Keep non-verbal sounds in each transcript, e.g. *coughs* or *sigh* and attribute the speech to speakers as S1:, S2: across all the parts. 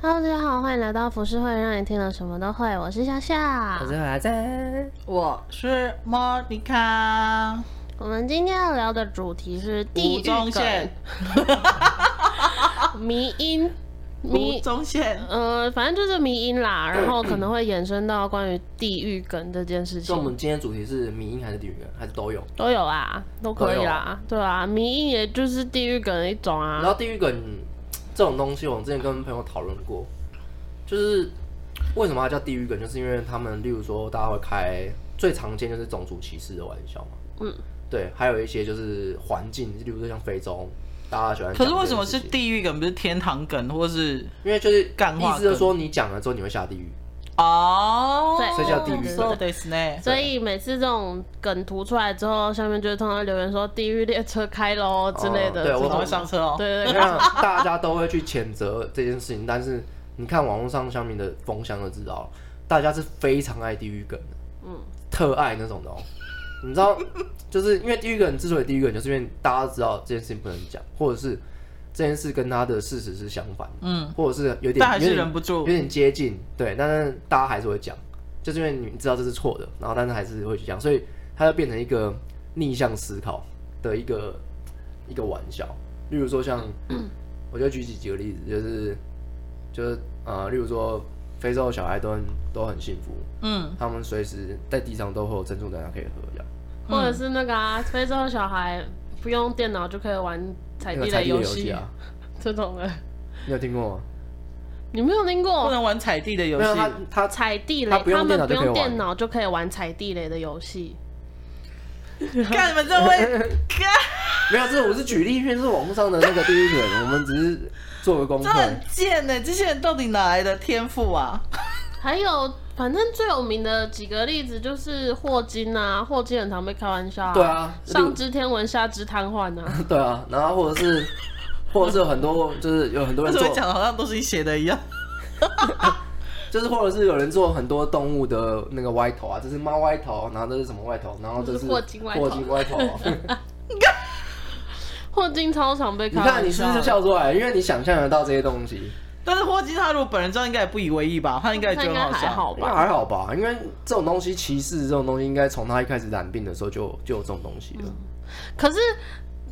S1: Hello，大家好，欢迎来到服饰会，让你听了什么都会。我是夏夏
S2: 我。是华仔，
S3: 我是莫妮卡，
S1: 我们今天要聊的主题是地
S3: 吴
S1: 狱
S3: 宗
S1: 梗哦
S3: 宪、
S1: 迷音、
S3: 吴
S1: 迷
S3: 宗宪
S1: 呃，反正就是迷音啦，
S2: *clears throat*
S1: 然后可能会衍生到关于地狱梗这件事
S2: 所以我
S1: 情
S2: 们，今天的主题是迷音还是地狱梗，还是都有？
S1: 都有啊，都可以啦，对啊，迷音也就是地狱梗的一种
S2: 然
S1: 啊。
S2: 后地狱梗这种东西，我之前跟朋友讨论过，就是为什么它叫地狱梗，就是因为他们，例如说大家会开最常见就是种族歧视的玩笑嘛，
S1: 嗯，
S2: 对，还有一些就是环境，例如说像非洲，大家喜欢讲这
S3: 可
S2: 件事情。
S3: 是为什么是地狱梗，不是天堂梗，或是
S2: 因为就是
S3: 干话
S2: 意思就是说你讲了之后你会下地狱，
S3: 哦？
S1: 对
S2: 所以叫地狱梗
S3: そうですね。
S1: 所以每次这种梗图出来之后，下面就会通常留言说“地狱列车开喽”之类的这
S2: 哦对
S1: 种。
S2: 我
S3: 我会上车哦。
S1: 对
S2: *laughs*
S1: 对
S2: 你
S1: 对，
S2: 看大家都会去谴责这件事情，但是你看网络上乡民的风向就知道了，大家是非常爱地狱梗的，
S1: 嗯，
S2: 特爱那种的哦。你知道，就是因为地狱梗之所以地狱梗，就是因为大家知道这件事情不能讲，或者是这件事跟他的事实是相反的，
S3: 嗯，
S2: 或者是有点
S3: 但还
S2: 有
S3: 是
S2: 点
S3: 忍不
S2: 有
S3: 住。
S2: 点接近，对，但是大家还是会讲，就是因为你知道这是错的，然后但是还是会去讲，所以它就变成一个逆向思考的一个一个玩笑。例如说像，
S3: *clears throat*
S2: 我就举几几个例子，就是就是呃，例如说非洲的小孩都很都很幸福，
S3: 嗯，
S2: 他们随时在地上都会有珍珠奶茶可以喝，这样
S1: 或者是那个啊，非洲的小孩不用电脑就可以玩踩
S2: 那
S1: 地
S2: 个
S1: 雷
S2: 地的游
S1: 戏
S2: 啊，
S1: 这种的，
S2: 你有听过吗？
S1: 你没有听
S3: 不
S1: 过？
S3: 能玩踩地的游
S2: 没有，他
S3: 戏。
S2: 他
S1: 踩地
S2: 他
S1: 雷，
S2: 不
S1: 他
S2: 用电
S1: 们
S2: 脑
S1: 不
S2: 就可以
S1: 用
S2: 玩
S1: 电脑就可以玩踩地雷的游戏。
S3: *laughs* 看你们这位，
S2: 没有，这我是举例，因为是网络上的那个地狱梗，我们只是做个功
S3: 这
S2: 课。
S3: 很贱呢！这些人到底哪来的天赋啊？
S1: 还有，反正最有名的几个例子就是霍金啊，霍金很常被开玩笑、啊
S2: 对，啊，
S1: 上知天文下知瘫痪啊。
S2: 对啊，然后或者
S3: *laughs*
S2: 是，或者是有很多就是有很多
S3: 为什
S2: 人做
S3: 么，讲的好像都是你写的一样？
S2: 就是或者是有人做很多动物的那个歪头啊，这是猫歪头，然后这是什么歪头，然后这
S1: 这
S2: 是
S1: 是霍金歪头
S2: 霍金
S1: *laughs*
S2: 歪头。
S1: 霍金超常被
S2: 你
S1: 开玩笑
S2: 看，
S1: 的。
S2: 你是不是就笑出来？因为你想象得到这些东西，
S3: 但是霍金他如果本人知道，应该也不以为意吧？他应该也
S1: 他
S3: 觉得
S1: 应该
S3: 很好
S1: 还
S3: 笑。
S1: 好
S2: 应该
S1: 吧？
S2: 还好吧？因为这种东西，歧视这种东西，应该从他一开始染病的时候就就有这种东西了。
S1: 嗯可是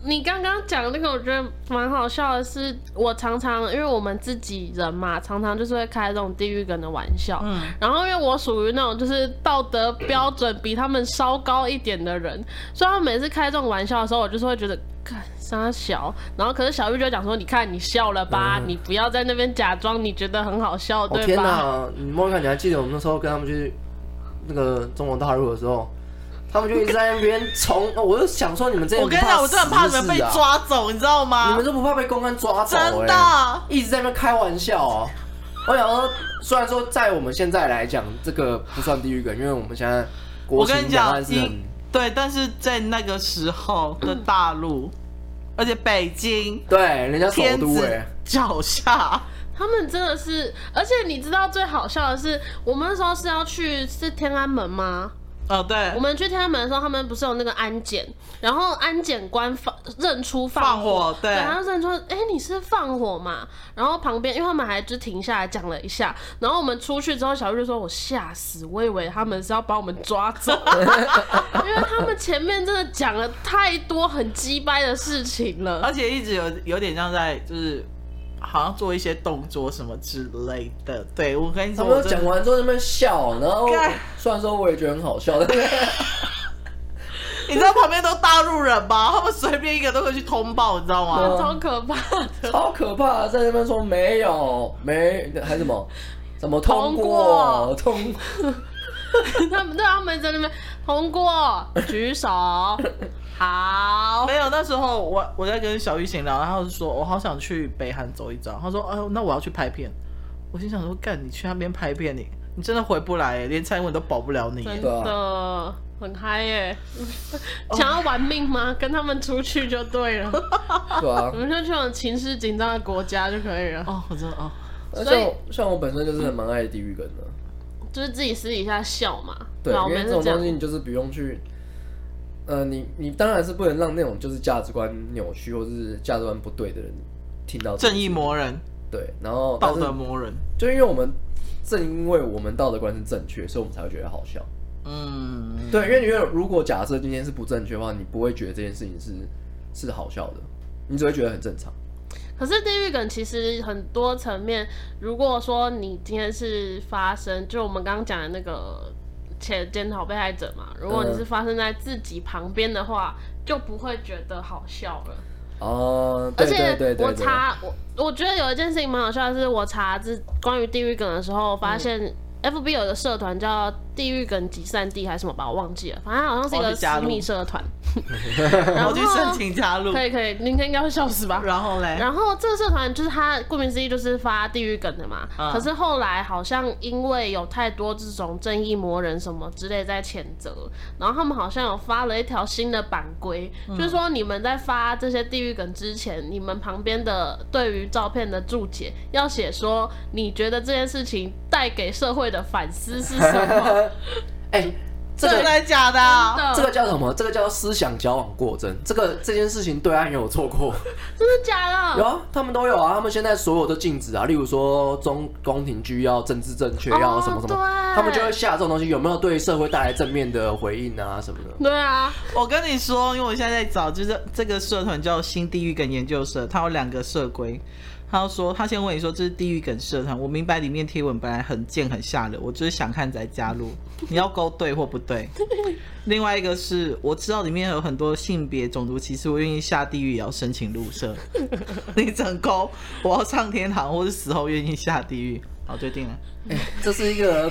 S1: 你刚刚讲的那个，我觉得蛮好笑的是，我常常因为我们自己人嘛，常常就是会开这种地狱梗的玩笑。
S3: 嗯，
S1: 然后因为我属于那种就是道德标准比他们稍高一点的人，所以他们每次开这种玩笑的时候，我就是会觉得。看傻小，然后可是小玉就讲说：“你看你笑了吧，
S2: 嗯
S1: 你不要在那边假装你觉得很好笑，
S2: 哦
S1: 对
S2: 天
S1: 吧？”
S2: 哪！你莫看，你还记得我们那时候跟他们去那个中国大陆的时候，他们就一直在那边从，哦我就想说你们这些
S3: 我跟你
S2: 不怕
S3: 讲，我真的很怕你们
S2: 死
S3: 被
S2: 是啊
S3: 抓走，你知道吗？
S2: 你们都不怕被公安抓走、欸？
S3: 啊真的
S2: 一直在那边开玩笑哦、我想说，虽然说在我们现在来讲，这个不算地狱梗，因为我们现在国
S3: 我
S2: 情
S3: 跟你
S2: 两
S3: 讲
S2: 岸是很
S3: 一对，但是在那个时候的大陆，而且北京
S2: 对人嗯家首
S3: 天
S2: 都哎、
S3: 子脚下，
S1: 他们真的是，而且你知道最好笑的是，我们那时候是要去是天安门吗？
S2: 哎
S3: 哦，对
S1: 我，们去天安门的时候，他们不是有那个安检，然后安检官放认出放
S3: 放火对
S1: 然后认出，哎、你是放火嘛？然后旁边，因为他们还就停下来讲了一下，然后我们出去之后，小玉就说：“我吓死，我以为他们是要把我们抓走， *laughs* 因为他们前面真的讲了太多很鸡掰的事情了。”
S3: 而且一直有有点像在就是好像做一些动作什么之类的。对我跟你
S2: 他
S3: 说，
S2: 们
S3: 我
S2: 都
S3: 真
S2: 讲
S3: 的
S2: 完之后在那边笑，然后
S3: 干
S2: 虽然说我也觉得很好笑，但是
S3: *laughs* 你知道旁边都大陆人吧？ *laughs* 他们随便一个都会去通报，你知道吗？
S2: 对啊
S1: 超可怕的，
S2: 超可怕，在那边说没有没还什么怎么通
S1: 通过
S2: 过通
S1: 他们对他们在那边通过举手，好，
S3: 没有，那时候我我在跟小玉闲聊，然后就说哦我好想去北韩走一遭。他说，哎呦，那我要去拍片。我心想说，干，你去那边拍片，你你真的回不来耶，连蔡英文都保不了你耶。
S1: 真
S2: 对
S1: 的很嗨耶！
S2: 哦
S1: 想要玩命吗？跟他们出去就对了，
S2: 对
S3: *laughs*
S2: 啊
S1: 我。们就去那种情势紧张的国家就可以了，
S3: 哦，我真的哦，
S2: 那
S1: 所以
S2: 像我像我本身就是很蛮爱地狱梗的，
S1: 就是自己私底下笑嘛。
S2: 对，
S1: 老
S2: 因为
S1: 妹
S2: 这
S1: 是
S2: 种
S1: 这
S2: 东西
S1: 样，
S2: 你就是不用去，呃，你你当然是不能让那种就是价值观扭曲或是价值观不对的人听到这
S3: 正
S2: 件事
S3: 义魔人，
S2: 对，然后
S1: 哦
S2: 但
S3: 道
S2: 是
S3: 德魔人，
S2: 就因为我们正因为我们道德观是正确，所以我们才会觉得好笑。
S3: 嗯，
S2: 对，因为因为如果假设今天是不正确的话，你不会觉得这件事情是是好笑的，你只会觉得很正常。
S1: 可是地狱梗其实很多层面，如果说你今天是发生，就我们刚刚讲的那个前检讨被害者嘛，如果你
S2: 嗯
S1: 是发生在自己旁边的话，就不会觉得好笑了。
S2: 哦，
S1: 而
S2: 对对对
S1: 且
S2: 对
S1: 我
S2: 对，
S1: 查我，我觉得有一件事情蛮好笑的是，我查自关于地狱梗的时候，发
S2: 嗯
S1: 现 F B 有一个社团叫“地狱梗集散地”还是什么吧，我忘记了，反正好像是一
S2: 哦
S3: 我要
S1: 个
S3: 去加
S1: 私
S3: 入
S1: 密社团。然后
S3: 我去申请加入，
S1: 可以可以，明天应该会笑死吧？
S3: 然后嘞，
S1: 然后这个社团就是它，顾名思义就是发地狱梗的嘛。
S3: 嗯
S1: 可是后来好像因为有太多这种正义魔人什么之类在谴责，然后他们好像有发了一条新的版规，
S3: 嗯
S1: 就是说你们在发这些地狱梗之前，你们旁边的对于照片的注解要写说你觉得这件事情带给社会的反思是什
S3: *laughs*
S1: 么？
S4: 哎、这
S3: 真
S4: 个
S3: 的假的啊？
S1: 真的
S4: 这个叫什么？这个叫思想矫枉过正。这个这件事情对岸也有错过，
S1: 真的假
S4: 有
S1: 的？
S4: 啊，他们都有啊。他们现在所有都禁止啊，例如说中宫廷剧要政治正确，要
S1: 哦
S4: 什么什么，
S1: 对
S4: 他们就会下这种东西有没有对社会带来正面的回应啊什么
S3: *laughs*
S4: 的。
S1: 对啊，
S3: 我跟你说，因为我现在在找，就是这个社团叫新地狱梗研究社，它有两个社规。他说，他先问你说这是地狱梗社团，我明白里面贴文本来很贱很下流，我就是想看才加
S4: *laughs*
S3: 入。你要勾对或不对。另外一个是我知道里面有很多性别种族歧视，我愿意下地狱也要申请
S4: *laughs*
S3: 入社。你整勾，我要上天堂，或是死后愿意下地狱。好，决定了。
S4: 哎这是一
S3: *laughs*
S4: 个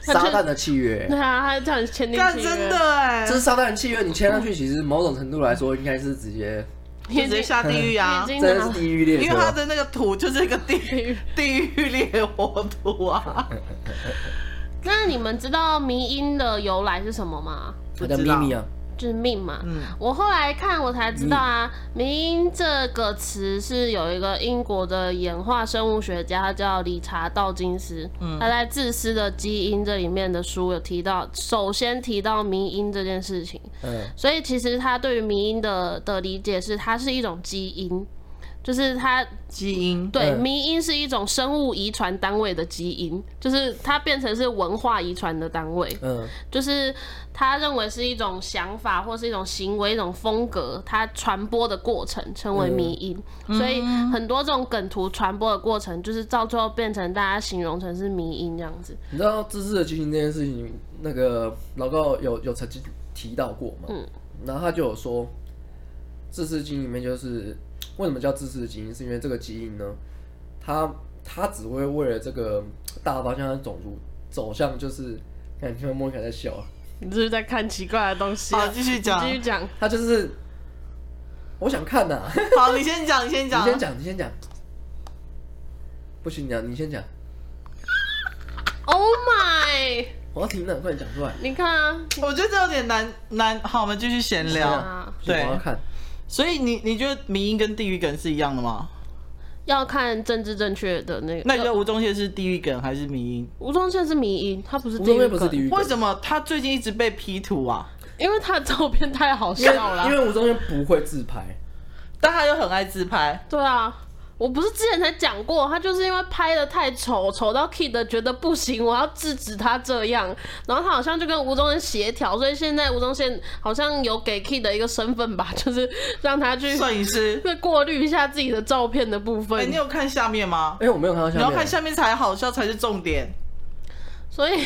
S4: 撒旦的契约、
S1: 对啊，他叫你签订
S3: 干
S1: 契约
S3: 真的哎、
S4: 这是撒旦的契约，你签上去，其实某种程度来说，应该是直接
S1: 你已
S3: 直接
S1: 经
S3: 下地狱啊！
S1: 你已经
S4: 真的是地狱列
S3: 因为它
S4: 车。
S3: 的那个土就是一个地
S1: 地狱
S3: 狱地狱烈火土啊，
S1: 那你们知道迷音的由来是什么吗？
S4: 它叫秘密啊，
S1: 就是命嘛。
S3: 嗯
S1: 我后来看我才知道啊，迷音这个词是有一个英国的演化生物学家，他叫理查道金斯，嗯他在《自私的基因》这里面的书有提到，首先提到迷音这件事情。
S4: 嗯，
S1: 所以其实他对于迷音的的理解是，它是一种基因。就是它
S3: 基因
S1: 对
S4: 嗯
S1: 迷音是一种生物遗传单位的基因，就是它变成是文化遗传的单位。
S4: 嗯，
S1: 就是他认为是一种想法或是一种行为、一种风格，它传播的过程称为迷因，所以很多这种梗图传播的过程，就是到最后变成大家形容成是迷因这样子。
S2: 你知道自私的基因这件事情，那个老高有有曾经提到过嘛？
S1: 嗯，
S2: 然后他就有说，自私基因里面就是为什么叫自私的基因，是因为这个基因呢，它它只会为了这个大方向的种族走向，就是看你看莫凯在笑啊，
S1: 你是不是在看奇怪的东西啊
S3: 好，哦继续讲
S1: 继，续讲，
S2: 他就是我想看呐、
S3: 好，你先讲，你先
S2: 你
S3: 讲，
S2: 先讲，你先讲，不行，你讲，你先讲，
S1: Oh my！
S2: 我要听了，快点讲出来，
S1: 你看啊，
S3: 我觉得这有点难难，好，我们继续闲聊。
S1: 啊
S2: 不行
S3: 对
S2: 我要看，
S3: 所以你你觉得迷音跟地狱梗是一样的吗？
S1: 要看政治正确的那个。
S3: 那你觉得吴宗宪是地狱梗还是迷音？
S1: 吴宗宪是迷因，他不是
S2: 吴
S1: 地
S2: 宗
S1: 狱
S2: 宪不是
S1: 梗，
S2: 地狱梗
S3: 为，什么他最近一直被 P 图啊？
S1: 因为他的照片太好
S2: 因
S1: 笑
S2: 为因
S1: 了。啊
S2: 为吴宗宪不会自拍。
S3: 但他又很爱自拍，
S1: 对啊，我不是之前才讲过，他就是因为拍的太丑，丑到 Kid 觉得不行，我要制止他这样。然后他好像就跟吴宗宪协调，所以现在吴宗宪好像有给 Kid 的一个身份吧， *laughs* 就是让他去
S3: 摄影师。
S1: 再过滤一下自己的照片的部分。
S3: 哎，你有看下面吗？
S2: 哎、我没有看到下
S3: 你
S2: 面。
S3: 要看下面才好笑才是重点。
S1: 所
S3: *laughs*
S1: 以，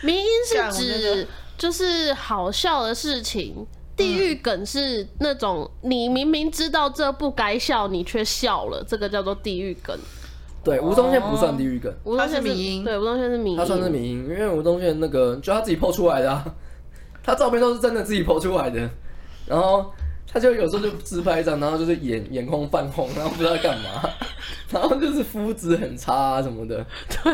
S1: 迷因是指就是好笑的事情，地狱梗是那种你明明知道这不该笑，你却笑了，这个叫做地狱梗。
S2: 对，吴宗宪不算地狱梗，
S3: 哦
S1: 吴宗宪
S3: 他是迷因
S1: 对，吴宗宪是迷因，
S2: 他算是民因为吴宗宪那个就他自己剖出来的、啊， *laughs* 他照片都是真的自己剖出来的，然后他就有时候就自拍一张，然后就是眼眼眶泛红，然后不知道干嘛， *laughs* 然后就是肤质很差、啊、什么的，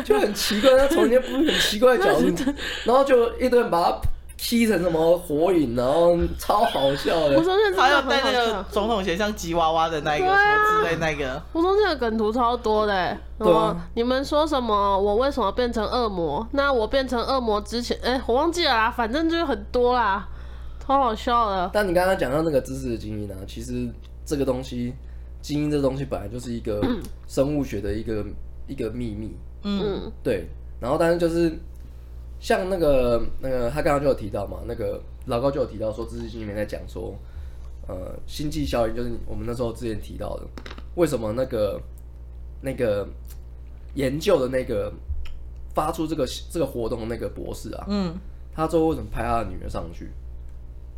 S2: 就很奇怪，他从一些很奇怪的 *laughs* 角度，然后就一堆人把他劈成什么火影，然后超好笑
S1: 吴
S2: 的。
S1: 宗宪真
S3: 还有
S1: 的
S3: 戴
S1: 很好
S3: 那个
S1: 笑。
S3: 总统鞋像吉娃娃的那一个
S1: 对啊
S3: 什么之类那个，
S1: 吴宗宪的梗图超多的、欸，什
S2: 对啊
S1: 么你们说什么？我为什么变成恶魔？那我变成恶魔之前，哎、我忘记了啦，反正就是很多啦，超好笑的。
S2: 啊但你刚刚讲到那个知识的精英呢、其实这个东西基因这东西本来就是一个生物学的一个一个秘密，
S3: 嗯
S1: 嗯
S2: 对。然后但是就是像那个那个他刚刚就有提到嘛，那个老高就有提到说，知识星里面在讲说，呃，星际效应就是我们那时候之前提到的，为什么那个那个研究的那个发出这个这个活动的那个博士啊，
S3: 嗯，
S2: 他最后为什么派他的女儿上去，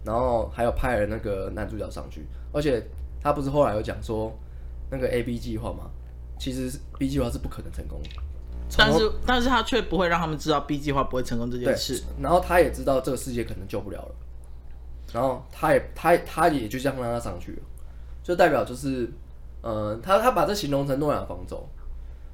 S2: 然后还有派了那个男主角上去，而且他不是后来有讲说那个 A B 计划嘛，其实是 B 计划是不可能成功的，
S3: 但是但是他却不会让他们知道 B 计划不会成功这件
S2: 对
S3: 事。，
S2: 然后他也知道这个世界可能救不了了，然后他也他也他也就这样让他上去了，就代表就是，呃，他他把这形容成诺亚方舟，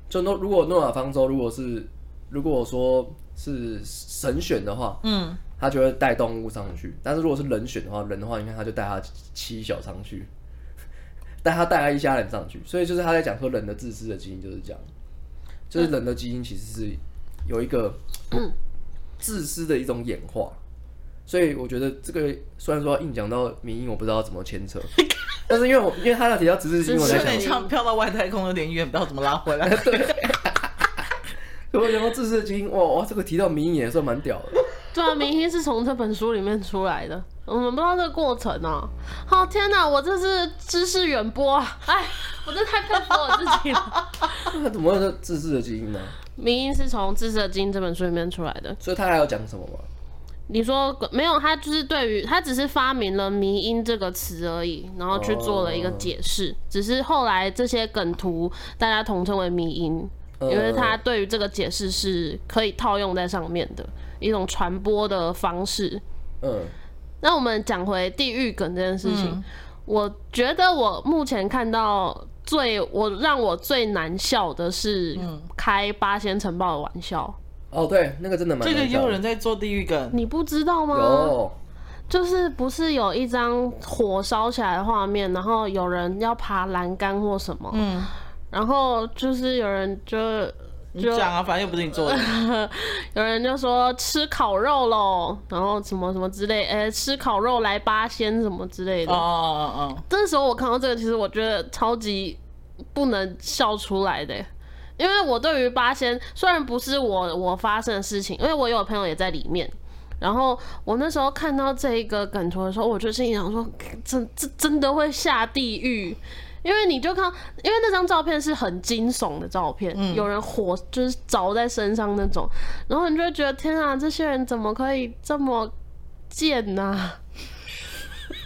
S2: 就诺如果诺亚方舟如果是如果说是神选的话，
S3: 嗯，
S2: 他就会带动物上去。但是如果是人选的话，人的话，你看他就带他妻小上去， *laughs* 带他带他一家人上去。所以就是他在讲说人的自私的基因就是这样，就是人的基因其实是有一个
S1: 嗯
S2: 自私的一种演化。所以我觉得这个虽然说硬讲到民音，我不知道怎么
S1: *laughs*
S2: 牵扯，但是因为我因为他要提到自私基因，我
S1: 对
S2: 在
S1: 只是
S3: 有
S2: 想 *laughs*
S3: 点像飘到外太空有点远，不知道怎么拉回来。
S2: 如果讲到自私的基因，哇哇，这个提到民音也算蛮屌的。
S1: 对啊，明星是从这本书里面出来的，我们不知道这个过程哦、好、天哪，我这是知识远播啊，哎，我这太佩服我自己了。 *laughs*
S2: 那怎么会是自私的基因呢？
S1: 明星是从《知识的经》这本书里面出来的。
S2: 所以他还要讲什么吗？
S1: 你说没有，他就是对于他只是发明了“迷音”这个词而已，然后去做了一个解释。只是后来这些梗图大家统称为迷音，
S2: 呃
S1: 因为他对于这个解释是可以套用在上面的一种传播的方式。
S2: 嗯，
S1: 那我们讲回地狱梗这件事情，我觉得我目前看到最我让我最难笑的是
S2: 嗯
S1: 开八仙城堡的玩笑，
S2: 哦，对，那个真的蛮
S3: 这个
S2: 难
S3: 也
S2: 笑
S3: 有
S2: 的
S3: 人在做地狱梗，
S1: 你不知道吗？
S2: 有，
S1: 就是不是有一张火烧起来的画面，然后有人要爬栏杆或什么，
S3: 嗯，
S1: 然后就是有人就
S3: 你讲啊，反正又不是你
S2: *laughs*
S3: 做的。
S1: 有人就说吃烤肉喽，然后什么什么之类，哎、吃烤肉来八仙什么之类
S3: 哦
S1: 的。
S3: 哦哦
S1: 这时候我看到这个，其实我觉得超级不能笑出来的，因为我对于八仙虽然不是我我发生的事情，因为我有朋友也在里面。然后我那时候看到这一个梗图的时候，我就心里想说，真这真的会下地狱，因为你就看，因为那张照片是很惊悚的照片，有人火就是着在身上那种，然后你就会觉得天啊，这些人怎么可以这么贱呐、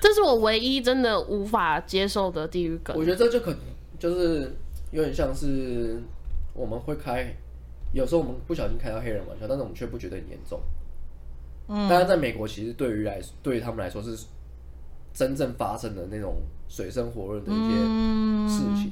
S1: 这是我唯一真的无法接受的地狱梗
S2: 我。觉得这就可能就是有点像是我们会开，有时候我们不小心开到黑人玩笑，但是我们却不觉得很严重。嗯，但是在美国，其实对于来对于他们来说是真正发生的那种水深火热的一些
S3: 嗯
S2: 事情。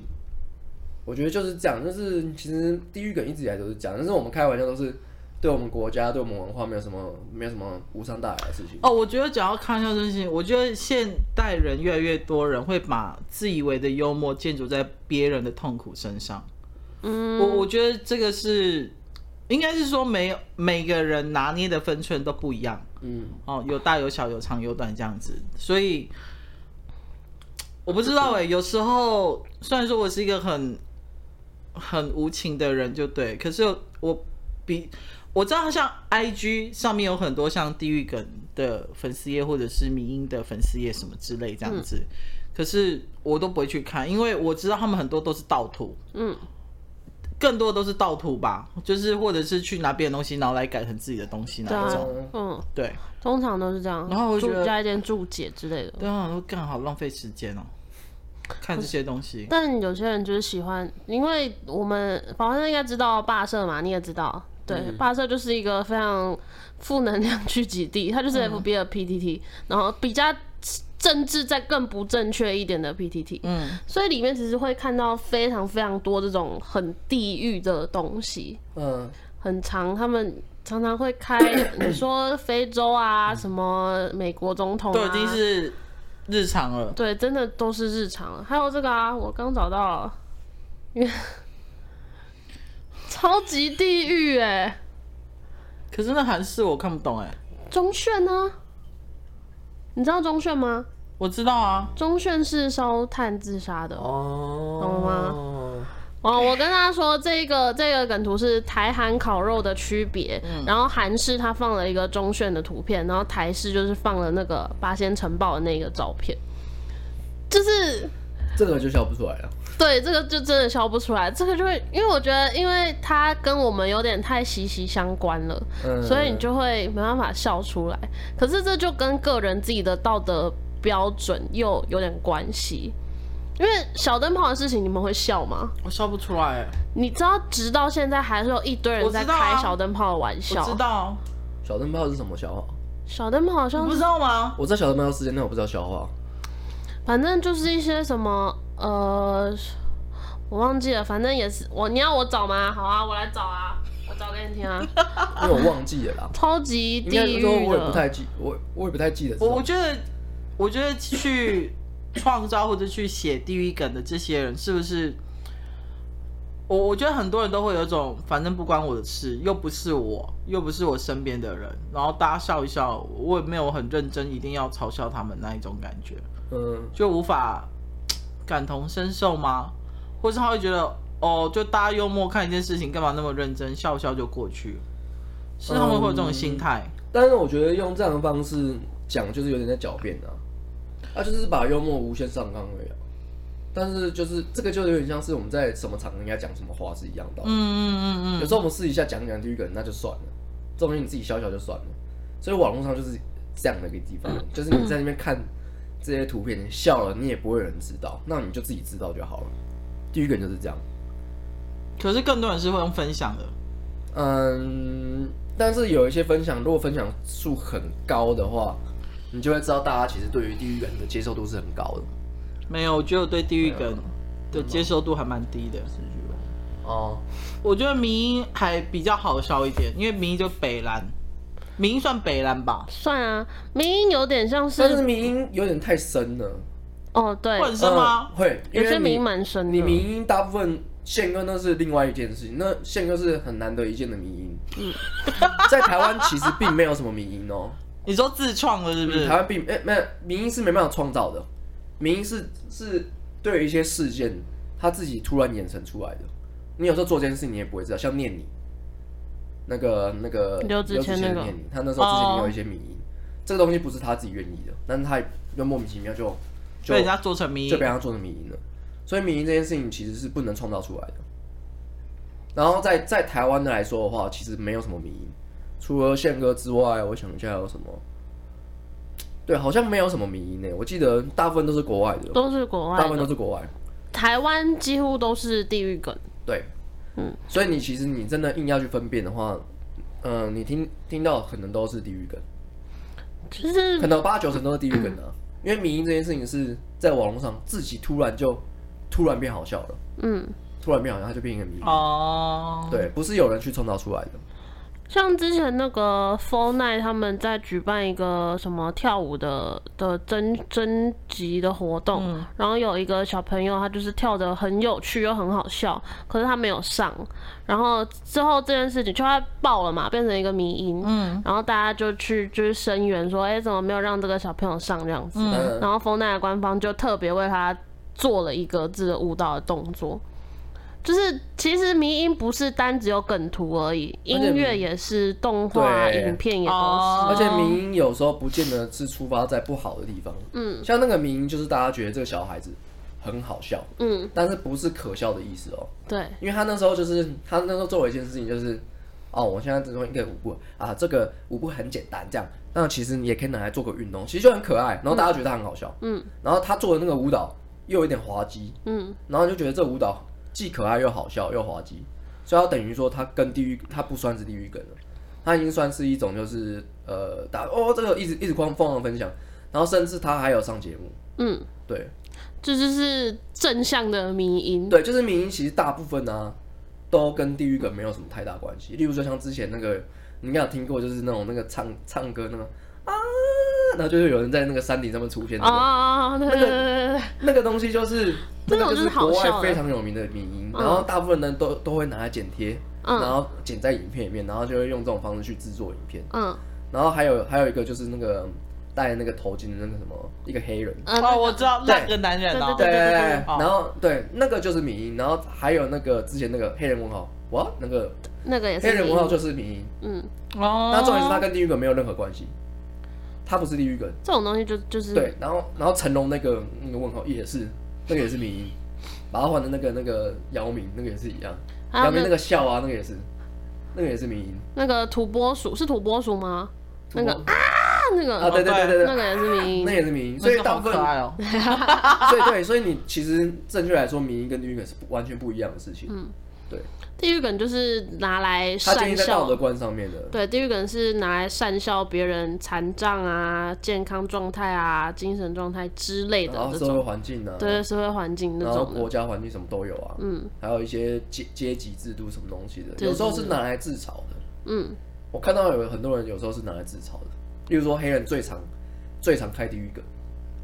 S2: 我觉得就是这样，就是其实地狱梗一直以来都是讲，但是我们开玩笑都是对我们国家、对我们文化没有什么没有什么无伤大雅的事情。
S3: 哦，我觉得只要看到这些，我觉得现代人越来越多人会把自以为的幽默建筑在别人的痛苦身上。
S1: 嗯，
S3: 我我觉得这个是，应该是说每每个人拿捏的分寸都不一样
S2: 嗯，
S3: 哦，有大有小，有长有短这样子，所以我不知道哎、有时候虽然说我是一个很很无情的人，就对，可是我比我知道像 I G 上面有很多像地狱梗的粉丝页，或者是民音的粉丝页什么之类这样子，
S1: 嗯
S3: 可是我都不会去看，因为我知道他们很多都是盗图，
S1: 嗯，
S3: 更多都是盗图吧，就是或者是去拿别人东西，然后来改成自己的东西
S1: 对
S3: 那一
S1: 啊
S3: 种，
S1: 嗯，
S3: 对
S1: 通常都是这样。
S3: 然后我就
S1: 注
S3: 觉得
S1: 加一点注解之类的。
S3: 对啊，都干好浪费时间哦，看这些东西。
S1: 但有些人就是喜欢，因为我们宝山应该知道霸社嘛，你也知道，对，
S3: 嗯
S1: 霸社就是一个非常负能量聚集地，它就是
S3: 嗯
S1: FB 的 PTT，、然后比较政治再更不正确一点的 PTT，
S3: 嗯，
S1: 所以里面其实会看到非常非常多这种很地狱的东西，
S2: 嗯，
S1: 很长，他们常常会开， *coughs* 你说非洲啊，什么美国总统、啊，
S3: 都已经是日常了。
S1: 对，真的都是日常了。还有这个啊，我刚找到了， *laughs* 超级地狱哎、
S3: 可是那韩式我看不懂哎、
S1: 钟铉呢？你知道钟铉吗？
S3: 我知道啊，
S1: 钟铉是烧炭自杀的。
S4: 哦，
S1: 懂吗？哦，我跟大家说，这个这个梗图是台韩烤肉的区别，然后韩式它放了一个钟铉的图片，然后台式就是放了那个八仙城堡的那个照片，就是
S2: 这个就笑不出来了。
S1: 对，这个就真的笑不出来。这个就会，因为我觉得，因为它跟我们有点太息息相关了，
S2: 嗯，
S1: 所以你就会没办法笑出来。可是这就跟个人自己的道德标准又有点关系。因为小灯泡的事情，你们会笑吗？
S3: 我笑不出来，
S1: 你知道，直到现在还是有一堆人在
S3: 我知道啊
S1: 开小灯泡的玩
S3: 我
S1: 笑。
S3: 知道，
S2: 小灯泡是什么笑话？
S1: 小灯泡好
S3: 你
S1: 像
S3: 不知道吗？
S2: 我知道小灯泡事件，但我不知道笑话。
S1: 反正就是一些什么呃，我忘记了，反正也是我，你要我找吗？好啊，我来找啊，我找给你听啊，
S2: 因为我忘记了
S1: *laughs*
S2: 啦。
S1: 超级
S2: 应
S1: 地
S2: 该
S1: 狱
S2: 说
S1: 的。
S2: 我也不太记，我我也不太记得这
S3: 我
S2: 种。
S3: 我觉得，我觉得去创造或者去写地狱梗的这些人，是不是？我我觉得很多人都会有一种，反正不关我的事，又不是我，又不是我身边的人，然后大家笑一笑，我也没有很认真，一定要嘲笑他们那一种感觉，
S1: 啊
S2: 嗯，
S3: 就无法感同身受吗？或是他会觉得，哦，就大家幽默看一件事情，干嘛那么认真，笑笑就过去了，是他们会有这种心态。
S2: 但是我觉得用这样的方式讲，就是有点在狡辩啊。他、就是把幽默无限上纲而已啊、但是就是这个就有点像是我们在什么场合应该讲什么话是一样的道理。
S3: 嗯嗯嗯
S2: 有
S3: 嗯，
S2: 时候我们私底下讲讲地狱梗，那就算了，这种东西你自己笑笑就算了。所以网络上就是这样的一个地方，就是你在那边看这些图片，你笑了你也不会有人知道，那你就自己知道就好了。地狱梗就是这样。
S3: 可是更多人是会用分享的。
S2: 嗯，但是有一些分享，如果分享数很高的话，
S4: 你就会知道大家其实对于地狱梗的接受度是很高的。
S3: 没有，我觉得我对地狱梗
S2: 嗯
S3: 的接受度还蛮低的。
S4: 哦，
S3: 我觉得迷还比较好笑一点，因为迷就北蓝，迷算北蓝吧，
S1: 算啊，民音有点像
S2: 但是
S1: 是
S2: 民音有点太深了，
S1: 哦，对
S3: 会，很深吗
S2: 嗯？会，因
S1: 有
S2: 为
S1: 些
S2: 你
S1: 民蛮深
S2: 你
S1: 的。
S2: 民音大部分宪哥那是另外一件事情，那宪哥是很难得一见的民音。
S1: 嗯
S2: 在台湾其实并没有什么民音哦，
S3: 你说自创的是不是
S2: 台？湾并哎、没有民音是没办法创造的，民音是是对于一些事件他自己突然衍生出来的。你有时候做这件事你也不会知道，像念你那个那个
S1: 刘子谦那
S2: 的
S1: 个
S2: 念你，他那时候之前
S3: 哦
S2: 也有一些民音，这个东西不是他自己愿意的，但是他也又莫名其妙就就
S3: 被人家做成迷
S2: 就，被他做成迷因了。所以迷因这件事情其实是不能创造出来的。然后在在台湾的来说的话，其实没有什么迷因，除了宪哥之外，我想一下有什么。对，好像没有什么迷因呢。我记得大部分都是国外的，
S1: 都是国外
S2: 大部分都
S1: 的，
S2: 是国外。
S1: 台湾几乎都是地狱梗。
S2: 对，嗯，所以你其实你真的硬要去分辨的话，嗯、你听听到可能都是地狱梗，
S1: 就是
S2: 可能有八九成都是地狱梗啊。因为迷因这件事情是在网络上自己突然就突然变好笑了，
S1: 嗯，
S2: 突然变好笑，它就变一个迷因。
S3: 哦，，
S2: 对，不是有人去创造出来的。
S1: 像之前那个 Four Night 他们在举办一个什么跳舞的的征征集的活动，然后有一个小朋友他就是跳的很有趣又很好笑，可是他没有上，然后之后这件事情就他爆了嘛，变成一个迷因，
S3: 嗯
S1: 然后大家就去就是声援说，哎、怎么没有让这个小朋友上这样子？
S2: 嗯，
S1: 然后 f o n i 的官方就特别为他做了一个字的舞蹈的动作。就是其实迷音不是单只有梗图而已，
S2: 而且
S1: 音乐也是，动画、
S2: 对
S1: 影片也
S3: 哦
S1: 都
S2: 而且民音有时候不见得是出发在不好的地方。嗯，像那个民音，就是大家觉得这个小孩子很好笑，
S1: 是。嗯，
S2: 但是不是可笑的意思哦。
S1: 对，
S2: 因为他那时候就是他那时候做了一件事情，就是哦，我现在只用一个舞步啊，这个舞步很简单，这样，那其实你也可以拿来做个运动，其实就很可爱，然后大家觉得他很好笑，嗯，然后他做的那个舞蹈又有一点滑稽，
S1: 嗯，
S2: 然后就觉得这舞蹈既可爱又好笑又滑稽，所以他等于说他跟地狱他不算是地狱梗了，他已经算是一种就是呃打哦这个一直一直狂疯狂分享，然后甚至他还有上节目，
S1: 嗯，
S2: 对，
S1: 这就是正向的迷音。
S2: 对，就是民音其实大部分啊，都跟地狱梗没有什么太大关系。例如说像之前那个，你应该有听过，就是那种那个唱唱歌那个啊，然后就是有人在那个山顶上面出现、那个
S1: 啊，对对对对对，
S2: 那个东西就是
S1: 那
S2: 那
S1: 种
S2: 个
S1: 就是
S2: 是
S1: 好
S2: 国外
S1: 笑的
S2: 非常有名的民音，
S1: 嗯
S2: 然后大部分人都都会拿来剪贴，
S1: 嗯
S2: 然后剪在影片里面，然后就会用这种方式去制作影片。
S1: 嗯
S2: 然后还有还有一个就是那个戴那个头巾的那个什么一个黑人，
S1: 呃
S3: 哦，我知道
S2: 对
S3: 那个男人哦，
S2: 对对对对，
S3: 哦
S2: 然后对那个就是迷因，然后还有那个之前那个黑人文豪，哇，那个
S1: 那个也是
S2: 黑人文豪
S1: 迷因
S2: 就是迷因，
S1: 嗯，
S3: 哦，
S2: 那重点是他跟地狱梗没有任何关系，他不是地狱梗，
S1: 这种东西就就是
S2: 对，然后然后成龙那个那个问号也是，那个也是迷因，把他换的那个那个姚明那个也是一样，
S1: 还
S2: 姚
S1: 有
S2: 明
S1: 那
S2: 那个笑啊那个也是，那个也是迷因，
S1: 那个土拨鼠是土拨鼠吗？那个
S2: 什么
S1: 啊，那个
S2: 啊对对对对
S1: 那
S2: 对，
S1: 个也是迷因
S2: 那，也是迷因，所
S3: 那
S2: 以
S3: 个
S2: 大
S3: 好
S2: 部分
S3: 可爱哦，
S2: 所以对，所以你其实正确来说，民意跟地狱梗是完全不一样的事情。
S1: 地狱梗就是拿来
S2: 它建立
S1: 嗯善
S2: 在道
S1: 笑
S2: 德。观上面的。
S1: 对，地狱梗是拿来善笑别人残障啊、健康状态啊、精神状态之类的
S2: 然后
S1: 这
S2: 社
S1: 种，
S2: 会环境啊，
S1: 对社会环境那
S2: 然后
S1: 种的。
S2: 国家环境什么都有啊，
S1: 嗯
S2: 还有一些阶阶级制度什么东西的，
S1: 对
S2: 有时候是拿来自嘲的。
S1: 嗯，
S2: 我看到有很多人有时候是拿来自嘲的，例如说黑人最常最常开地狱梗，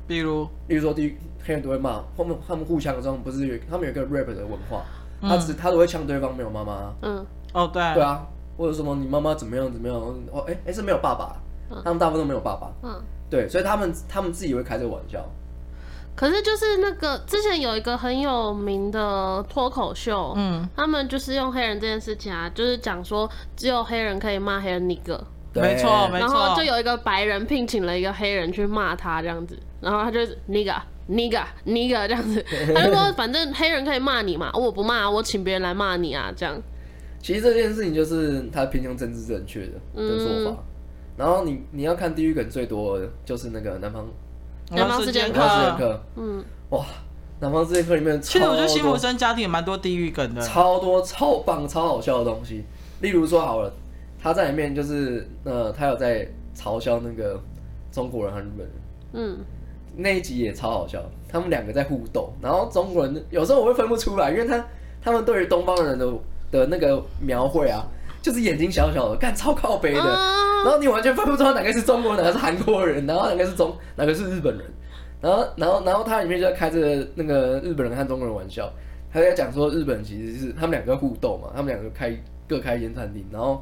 S3: 比如
S2: 例如说地狱黑人都会骂他们，他们互相中不是有他们有一个 rap 的文化，
S3: 嗯
S2: 他只他都会呛对方没有妈妈，
S1: 嗯，
S3: 哦对
S2: 对啊，或者什么你妈妈怎么样怎么样，哦哎哎、诶是没有爸爸，他们大部分都没有爸爸，
S1: 嗯，
S2: 对，所以他们他们自己会开这个玩笑，
S1: 可是就是那个之前有一个很有名的脱口秀，
S3: 嗯，
S1: 他们就是用黑人这件事情啊，就是讲说只有黑人可以骂黑人尼哥，
S2: 对
S3: 没错没
S1: 然后就有一个白人聘请了一个黑人去骂他这样子，然后他就尼哥。尼个尼个这样子，他就
S2: *laughs*
S1: 说反正黑人可以骂你嘛，我不骂，我请别人来骂你啊，这样。
S2: 其实这件事情就是他偏向政治正确的的说法。然后你你要看地狱梗最多的就是那个南方
S1: 南方四
S3: 剑
S1: 剑
S2: 南方四剑
S3: 客，
S2: 客，
S1: 嗯，
S2: 哇，南方四剑客里面
S3: 其实我觉得
S2: 超
S3: 辛普
S2: 多
S3: 森家庭也蛮多地狱梗的，
S2: 超多超棒超好笑的东西。例如说好了，他在里面就是呃，他有在嘲笑那个中国人和日本人。
S1: 嗯，
S2: 那一集也超好笑，他们两个在互动，然后中国人有时候我会分不出来，因为他他们对于东方人的的那个描绘啊，就是眼睛小小的，干超靠背的，
S3: 嗯
S1: 啊
S2: 然后你完全分不出来哪个是中国人，哪个是韩国人，然后哪个是中哪个是日本人，然后然后然后他里面就在开这个那个日本人和中国人玩笑，他在讲说日本其实是他们两个互斗嘛，他们两个开各开一间餐厅，然后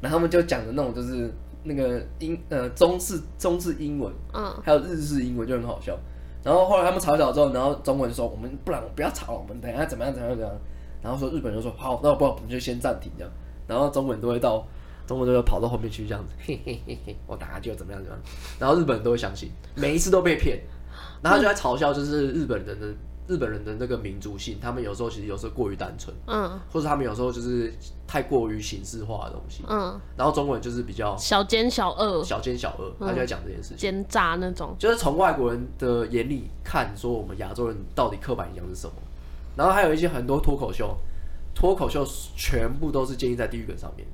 S2: 然后他们就讲的那种就是那个英呃中式中式英文。
S1: 嗯，
S2: 还有日式英文就很好笑。然后后来他们吵一吵之后，然后中文说我们不然不要吵了，我们等一下怎么样怎么样怎么样。然后说日本人就说好，那不然我们就先暂停这样。然后中文都会到中文都会跑到后面去这样子， *laughs* 嘿嘿嘿嘿，我打就怎么样怎么样。然后日本人都会相信，每一次都被骗。然后就在嘲笑就是日本人的日本人的那个民族性，他们有时候其实有时候过于单纯，
S1: 嗯
S2: 或者他们有时候就是太过于形式化的东西。
S1: 嗯，
S2: 然后中文就是比较
S1: 小奸小恶、
S2: 小奸小恶，他就在讲这件事情。
S1: 奸诈那种。
S2: 就是从外国人的眼里看，说我们亚洲人到底刻板印象是什么。然后还有一些很多脱口秀，脱口秀全部都是建立在地狱梗上面，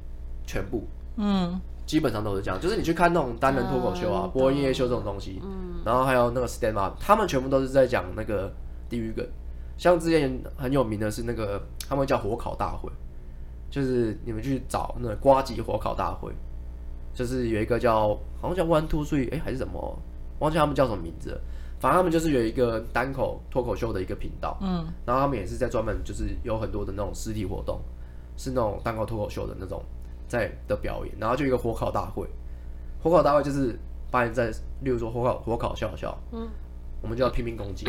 S2: 全部
S3: 嗯，
S2: 基本上都是这样。就是你去看那种单人脱口秀啊
S1: 嗯、
S2: 播音夜秀这种东西，然后还有那个 stand up，他们全部都是在讲那个地狱梗。像之前很有名的是那个他们叫火烤大会，就是你们去找那个瓜吉火烤大会，就是有一个叫好像叫 One Two Three 哎、还是什么，忘记他们叫什么名字了。反正他们就是有一个单口脱口秀的一个频道，
S3: 嗯，
S2: 然后他们也是在专门就是有很多的那种实体活动，是那种单口脱口秀的那种在的表演，然后就有一个火烤大会，火烤大会就是把你在，例如说火烤火烤笑笑，嗯，我们就要拼命攻击，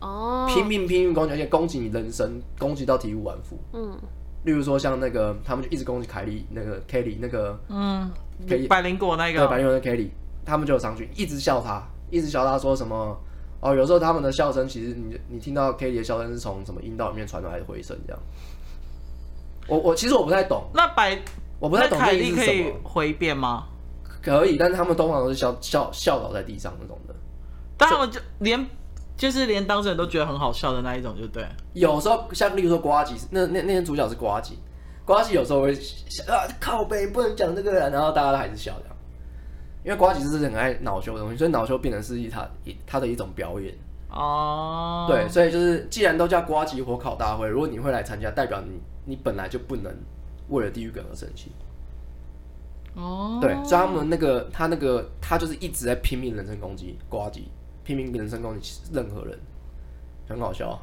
S1: 哦，
S2: *clears throat* 拼命拼命攻击，而且攻击你人生，攻击到体无完肤。
S1: 嗯，
S2: 例如说像那个他们就一直攻击凯莉那个 Kelly 那个
S3: 嗯
S2: 可以，
S3: 百灵果那
S2: 对，
S3: 个
S2: 白灵魂的 Kelly，他们就有上去一直笑他，一直笑他说什么哦，有时候他们的笑声其实你你听到 Kelly 的笑声是从什么阴道里面传来的回声这样。我我其实我不太懂，
S3: 那百
S2: 我不太
S3: 那
S2: 懂
S3: 凯
S2: 这意
S3: 莉
S2: 思
S3: 可
S2: 是什
S3: 以
S2: 么。
S3: 回变吗？
S2: 可以，但是他们通常都是笑笑笑倒在地上那种的。
S3: 当然，我就连就是连当事人都觉得很好笑的那一种，就对。
S2: 有时候像例如说瓜吉，那那那天主角是瓜吉，瓜吉有时候会想啊靠背不能讲这个啊，然后大家都还是笑这样，因为瓜吉是很爱恼羞的东西，所以恼羞变成是一他一他的一种表演。
S3: 哦，
S2: 对，，所以就是既然都叫瓜吉火烤大会，如果你会来参加，代表你你本来就不能为了地狱梗而生气。
S3: 哦，
S2: 对，所以他们那个他那个他就是一直在拼命人身攻击瓜吉，拼命人身攻击任何人，很好笑。啊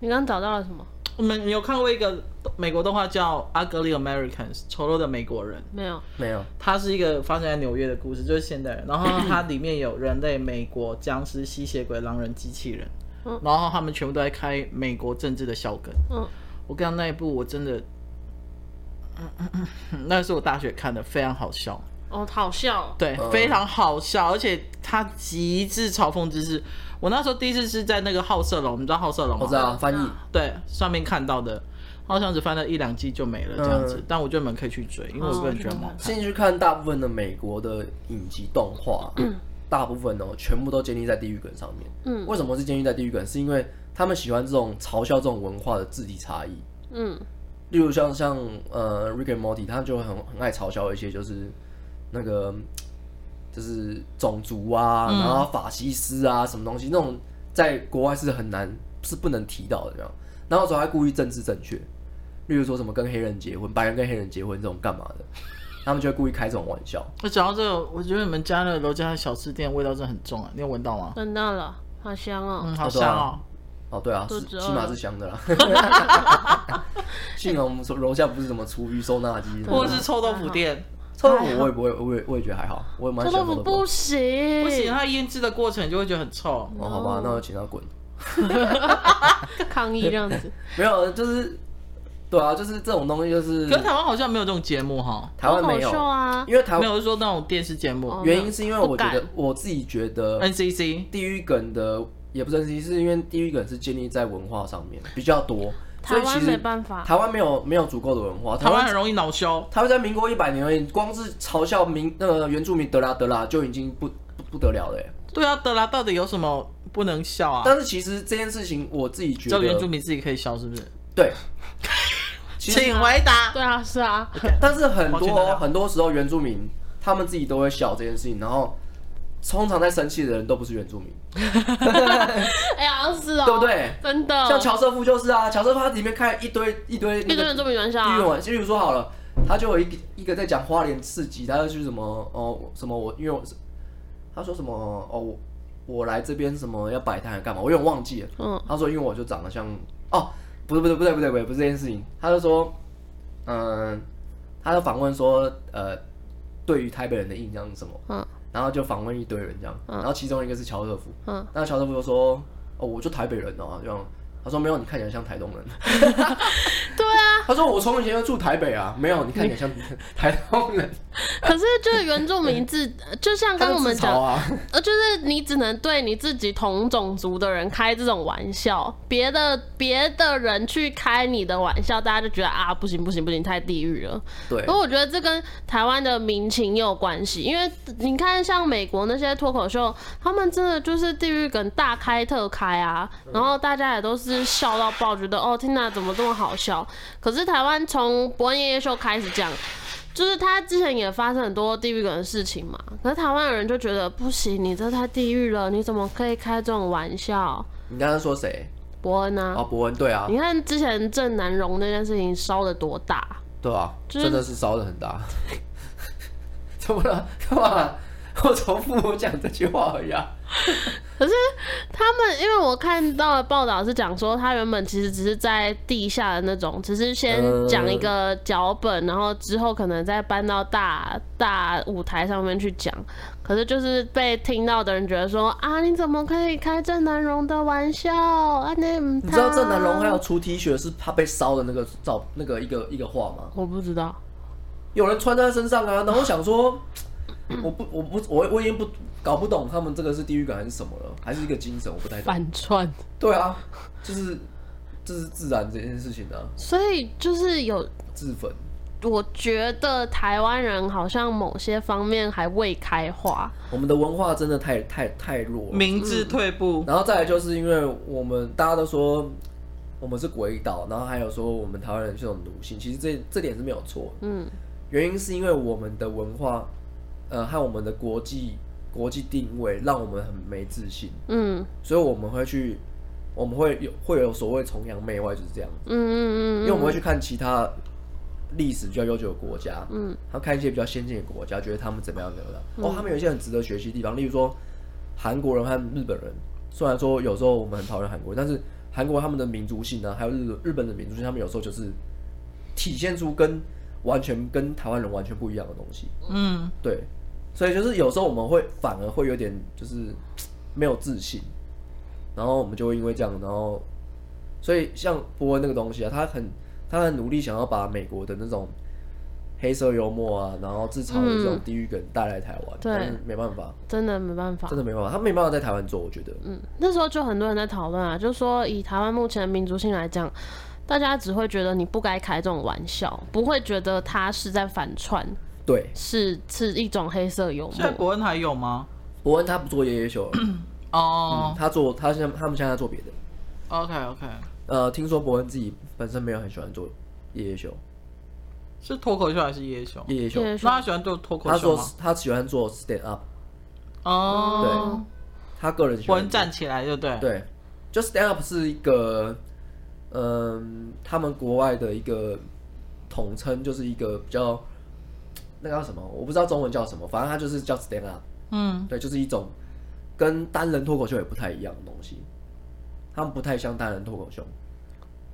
S1: 你刚刚找到了什么？
S3: 我们你有看过一个美国动画叫《Ugly Americans》丑陋的美国人，
S1: 没有，
S2: 没有，
S3: 它是一个发生在纽约的故事，就是现代人。然后它里面有人类、美国、僵尸、吸血鬼、狼人、机器人，
S1: 嗯
S3: 然后他们全部都在开美国政治的小梗。
S1: 嗯，
S3: 我跟你讲那一部我真的， *coughs* 那是我大学看的，非常好笑，
S1: 哦，好笑哦，
S3: 对，
S2: 嗯
S3: 非常好笑，而且它极致嘲讽之是，我那时候第一次是在那个好色龙，你知道好色龙吗？
S2: 我知道啊翻译，
S3: 对，上面看到的，好像只翻了一两季就没了这样子。
S2: 嗯
S3: 但我觉得你们可以去追，因为我个人觉得蛮好看。
S2: 进去看大部分的美国的影集动画，
S3: 嗯
S2: 大部分哦全部都建立在地狱梗上面。
S1: 嗯
S2: 为什么是建立在地狱梗？是因为他们喜欢这种嘲笑这种文化的质地差异。
S1: 嗯
S2: 例如像像呃 Rick and Morty，他就很很爱嘲笑一些就是那个就是种族啊，然后法西斯啊什么东西那种，在国外是很难是不能提到的这样。然后有时候还故意政治正确，例如说什么跟黑人结婚、白人跟黑人结婚这种干嘛的，他们就会故意开这种玩笑。
S3: 那讲到这个，我觉得你们家那个楼下的小吃店味道真的很重啊，你有闻到吗？
S1: 闻到嗯了，好香哦。
S3: 嗯，好香哦。
S2: 哦，对啊，
S1: 肚
S2: 是
S1: 子饿
S2: 起码是香的啦。幸好我们楼下不是什么厨余收纳机，
S3: 或者是臭豆腐店，
S2: 臭豆腐我也不会，我也我也觉得还好，我也蛮
S1: 臭
S2: 喜欢
S1: 豆
S2: 臭
S1: 腐
S2: 豆腐
S1: 不。行，
S3: 不行，它腌制的过程你就会觉得很臭。
S2: 哦，好吧，那我请他滚。
S1: 抗议这样子。
S2: 没有，就是，对啊，就是这种东西，就是
S3: 可是台湾好像没有这种节目哈，
S2: 台湾
S1: *laughs* 很
S2: 没
S1: 好
S2: 有，
S1: 笑啊，
S2: 因为台
S3: 没
S2: 湾
S3: 有说那种电视节
S1: 哦
S3: 目。
S2: 原因是因为我觉
S1: 不
S2: 得我自己觉得
S3: NCC
S2: 地狱梗的也不是 NCC，是因为地狱梗是建立在文化上面比较多，
S1: 台
S2: 所以其
S1: 湾
S2: 实
S1: 没办法，
S2: 台湾没有没有足够的文化，
S3: 台
S2: 台
S3: 湾
S2: 湾
S3: 很容易恼羞，
S2: 台湾在民国一百年而已，光是嘲笑民那个原住民德拉德拉就已经不不不得了了耶。欸
S3: 对啊，德拉到底有什么不能笑啊？
S2: 但是其实这件事情我自己觉
S3: 只有原住
S2: 得
S3: 民自己可以笑，是不是？
S2: 对，其实
S3: 请回答。
S1: 对啊，是啊，
S2: 但是很
S3: 完全得
S2: 多
S3: 了
S2: 很多时候原住民他们自己都会笑这件事情，然后通常在生气的人都不是原住民，
S1: 哎呀，好像是哦，
S2: 对不？对？
S1: 真的，
S2: 像乔瑟夫就是啊，乔瑟夫他里面开了一堆一堆
S1: 一堆
S2: 那个
S1: 人这么玩笑
S2: 地狱
S1: 啊，
S2: 玩，就比如说好了，他就有一个一个在讲花莲市集，他就去什么哦什么我因为我是他说什么哦我我来这边什么要摆摊还干嘛，我有点忘记了。
S1: 嗯，
S2: 他说因为我就长得像哦，不是不是不对不对不对不是这件事情，他就说嗯，他就访问说呃对于台北人的印象是什么，
S1: 嗯，
S2: 然后就访问一堆人这样，然后其中一个是乔瑟夫，
S1: 嗯，
S2: 那乔瑟夫就说哦我就台北人哦、啊、这样。他说没有，你看起来像台东人。
S1: *laughs* 对啊。
S2: 他说我从以前就住台北啊，没有，你看起来像台东
S1: *laughs*
S2: 人。
S1: 可是就是原住民自， *laughs* 就像刚刚我们
S2: 他就自嘲
S1: 讲，
S2: 啊，
S1: 呃，就是你只能对你自己同种族的人开这种玩笑，别的别的人去开你的玩笑，大家就觉得啊，不行不行不行，太地狱了。
S2: 对
S1: 不，过我觉得这跟台湾的民情也有关系，因为你看像美国那些脱口秀，他们真的就是地狱梗大开特开啊，
S2: 嗯
S1: 然后大家也都是笑到爆，觉得哦天哪，怎么这么好笑？可是台湾从伯恩夜夜秀开始讲。就是他之前也发生很多地狱梗的事情嘛，可是台湾人就觉得不行，你这太地狱了，你怎么可以开这种玩笑？
S2: 你刚刚说谁？
S1: 伯恩啊，
S2: 啊，伯恩，对啊
S1: 你，看之前郑南荣那件事情烧的多大，
S2: 对啊，
S1: 就是
S2: 真的是烧的很大。 *laughs* 怎么了？干嘛？ *laughs* 我重复我讲这句话而已啊。
S1: 他们因为我看到的报道是讲说，他原本其实只是在地下的那种，只是先讲一个脚本，然后之后可能再搬到大大舞台上面去讲。可是就是被听到的人觉得说啊，你怎么可以开郑南荣的玩笑啊？你你
S2: 你知道郑南荣还有出 T 恤是他被烧的那个照那个一个一个画吗？
S1: 我不知道，
S2: 有人穿在他身上啊，然后我想说，我不我不我我已经不搞不懂他们这个是地狱感还是什么了，还是一个精神，我不太懂。
S1: 反串。
S2: 对啊，就是这是自然这件事情啊，
S1: 所以就是有，
S2: 自焚。
S1: 我觉得台湾人好像某些方面还未开化。
S2: 我们的文化真的太太太弱
S3: *laughs*
S2: 了。
S3: 明智退步，
S2: 然后再来就是因为我们大家都说我们是鬼岛，然后还有说我们台湾人这种奴性，其实这这点是没有错。
S1: 嗯
S2: 原因是因为我们的文化，呃，和我们的国际国际定位，让我们很没自信，
S1: 嗯
S2: 所以我们会去，我们会有会有所谓崇洋媚外，就是这样。
S1: 嗯嗯嗯
S2: 因为我们会去看其他历史比较悠久的国家，
S1: 嗯，
S2: 他看一些比较先进的国家，觉得他们怎么样怎么样。哦，他们有一些很值得学习的地方，例如说韩国人和日本人。虽然说有时候我们很讨厌韩国人，但是韩国他们的民族性啊，还有日日本的民族性，他们有时候就是体现出跟完全跟台湾人完全不一样的东西。
S3: 嗯，
S2: 对，所以就是有时候我们会反而会有点就是没有自信，然后我们就会因为这样，然后所以像波恩那个东西啊，他很他很努力想要把美国的那种黑色幽默啊，然后自嘲的这种地域梗带来台湾，
S1: 对
S2: 但是没办法，
S1: 真的没办法
S2: 真。的没办法，他没办法在台湾做，我觉得，
S1: 嗯，那时候就很多人在讨论啊，就说以台湾目前的民族性来讲，大家只会觉得你不该开这种玩笑，不会觉得他是在反串，
S2: 对，
S1: 是是一种黑色幽
S3: 现在
S1: 默。
S3: 伯恩还有吗？
S2: 伯恩他不做夜夜秀了，嗯
S3: 哦、
S2: 他做他现在他们现在在做别的，
S3: o k OK，
S2: 呃，听说伯恩自己本身没有很喜欢做夜夜秀，
S3: 是脱口秀还是夜秀？
S2: 夜夜秀。
S1: 对
S3: 那他喜欢做脱口
S2: 他
S3: 秀
S2: 说
S3: 吗？
S2: 他喜欢做 stand up，
S3: 哦，
S2: 他个人喜
S3: 伯
S2: 欢
S3: 恩站起来，对不对？，
S2: 对，就 stand up 是一个，嗯，他们国外的一个统称，就是一个比较那个叫什么，我不知道中文叫什么，反正它就是叫 stand up，
S3: 嗯，
S2: 对，就是一种跟单人脱口秀也不太一样的东西，他们不太像单人脱口秀，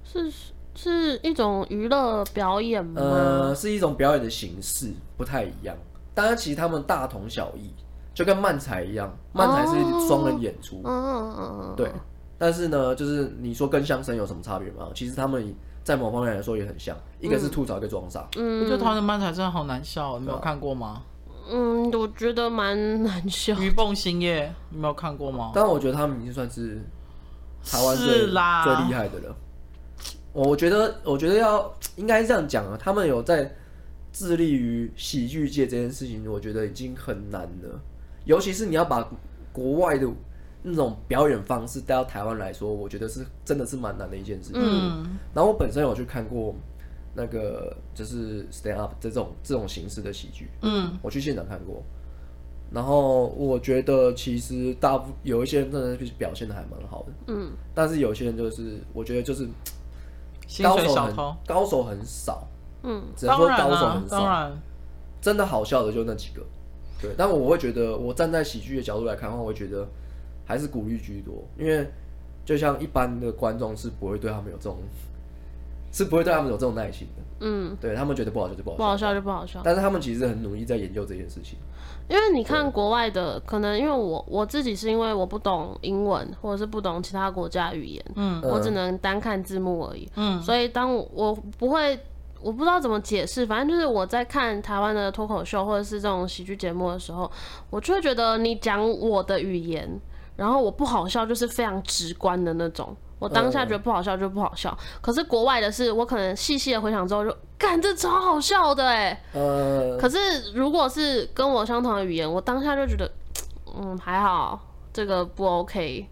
S1: 是是一种娱乐表演吗？
S2: 呃，是一种表演的形式不太一样，当然其实他们大同小异，就跟漫才一样，漫才是双人演出
S1: 嗯，嗯嗯嗯，
S2: 对，但是呢，就是你说跟相声有什么差别吗？其实他们在某方面来说也很像，一
S3: 嗯
S2: 个是吐槽，一个装傻。
S3: 我觉得台湾的漫才真的好难笑哦，你没有看过吗？
S1: 嗯，我觉得蛮难笑。
S3: 鱼蹦星夜，你没有看过吗？
S2: 但我觉得他们已经算是台湾最
S3: 是
S2: 最
S3: 啦
S2: 厉害的了。我觉得，我觉得要应该这样讲啊，他们有在致力于喜剧界这件事情，我觉得已经很难了。尤其是你要把国外的那种表演方式带到台湾来说，我觉得是真的是蛮难的一件事情。
S3: 嗯，
S2: 然后我本身有去看过那个就是 stand up 这种这种形式的喜剧，
S3: 嗯，
S2: 我去现场看过。然后我觉得其实大部有一些人真的是表现的还蛮好的，
S1: 嗯，
S2: 但是有些人就是我觉得就是
S3: 薪
S2: 高
S3: 水
S2: 手
S3: 小
S2: 很
S3: 偷，
S2: 高手很少，
S1: 嗯，
S2: 只能
S3: 当
S2: 说
S3: 然
S2: 高手
S3: 啦
S2: 很，
S3: 当
S2: 少，
S3: 然，
S2: 真的好笑的就那几个。对，但我会觉得我站在喜剧的角度来看的话，我会觉得还是鼓励居多，因为就像一般的观众是不会对他们有这种，是不会对他们有这种耐心的。
S1: 嗯，
S2: 对他们觉得不好笑就不好
S1: 不
S2: 笑，
S1: 好笑就不好笑。
S2: 但是他们其实很努力在研究这件事情。
S1: 因为你看国外的，可能因为我我自己是因为我不懂英文，或者是不懂其他国家语言，
S3: 嗯
S2: 呃
S1: 我只能单看字幕而已，
S3: 嗯
S1: 所以当我我不会，我不知道怎么解释，反正就是我在看台湾的脱口秀或者是这种喜剧节目的时候，我就会觉得你讲我的语言，然后我不好笑就是非常直观的那种。我当
S3: 嗯
S1: 下觉得不好笑就不好笑，可是国外的是我可能细细的回想之后就，干这超好笑的哎、
S2: 呃，
S1: 可是如果是跟我相同的语言，我当下就觉得，嗯，还好，这个不 OK。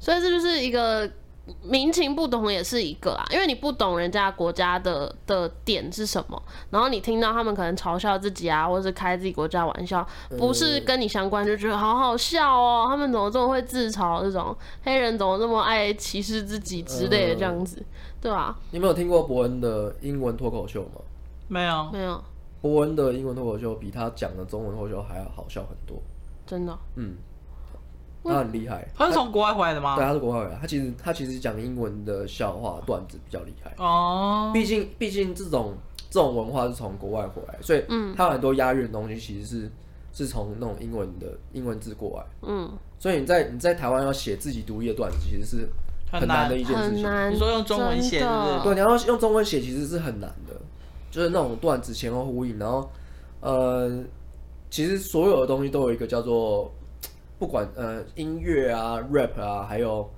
S1: 所以这就是一个民情不懂也是一个啊，因为你不懂人家国家的的点是什么，然后你听到他们可能嘲笑自己啊，或者是开自己国家玩笑，不是跟你相关就觉得好好笑哦，他们怎么这么会自嘲？这种黑人怎么这么爱歧视自己之类的这样子，对啊吧、
S2: 你们有听过伯恩的英文脱口秀吗？
S3: 没有，
S1: 没有，
S2: 伯恩的英文脱口秀比他讲的中文脱口秀还要好笑很多。
S1: 真的
S2: 嗯，他很厉害。
S3: 他是啊从国外回来的
S2: 对，啊
S3: 吗？
S2: 他是国外人，他其实他其实讲英文的笑话段子比较厉害。
S3: 哦，
S2: 毕竟毕竟这种这种文化是从国外回来，所以
S1: 嗯
S2: 他有很多押韵的东西其实是是从那种英文的英文字过来。
S1: 嗯，
S2: 所以你在你在台湾要写自己独立的段子，其实是
S3: 很
S2: 很
S3: 难
S2: 难的一件事
S1: 很
S2: 情。
S1: 难。
S3: 你说用中文写
S1: 真的
S3: 是不是
S2: 对，你要用中文写其实是很难的，就是那种段子前后呼应，然后呃，其实所有的东西都有一个叫做，不管呃音乐啊、rap 啊，还有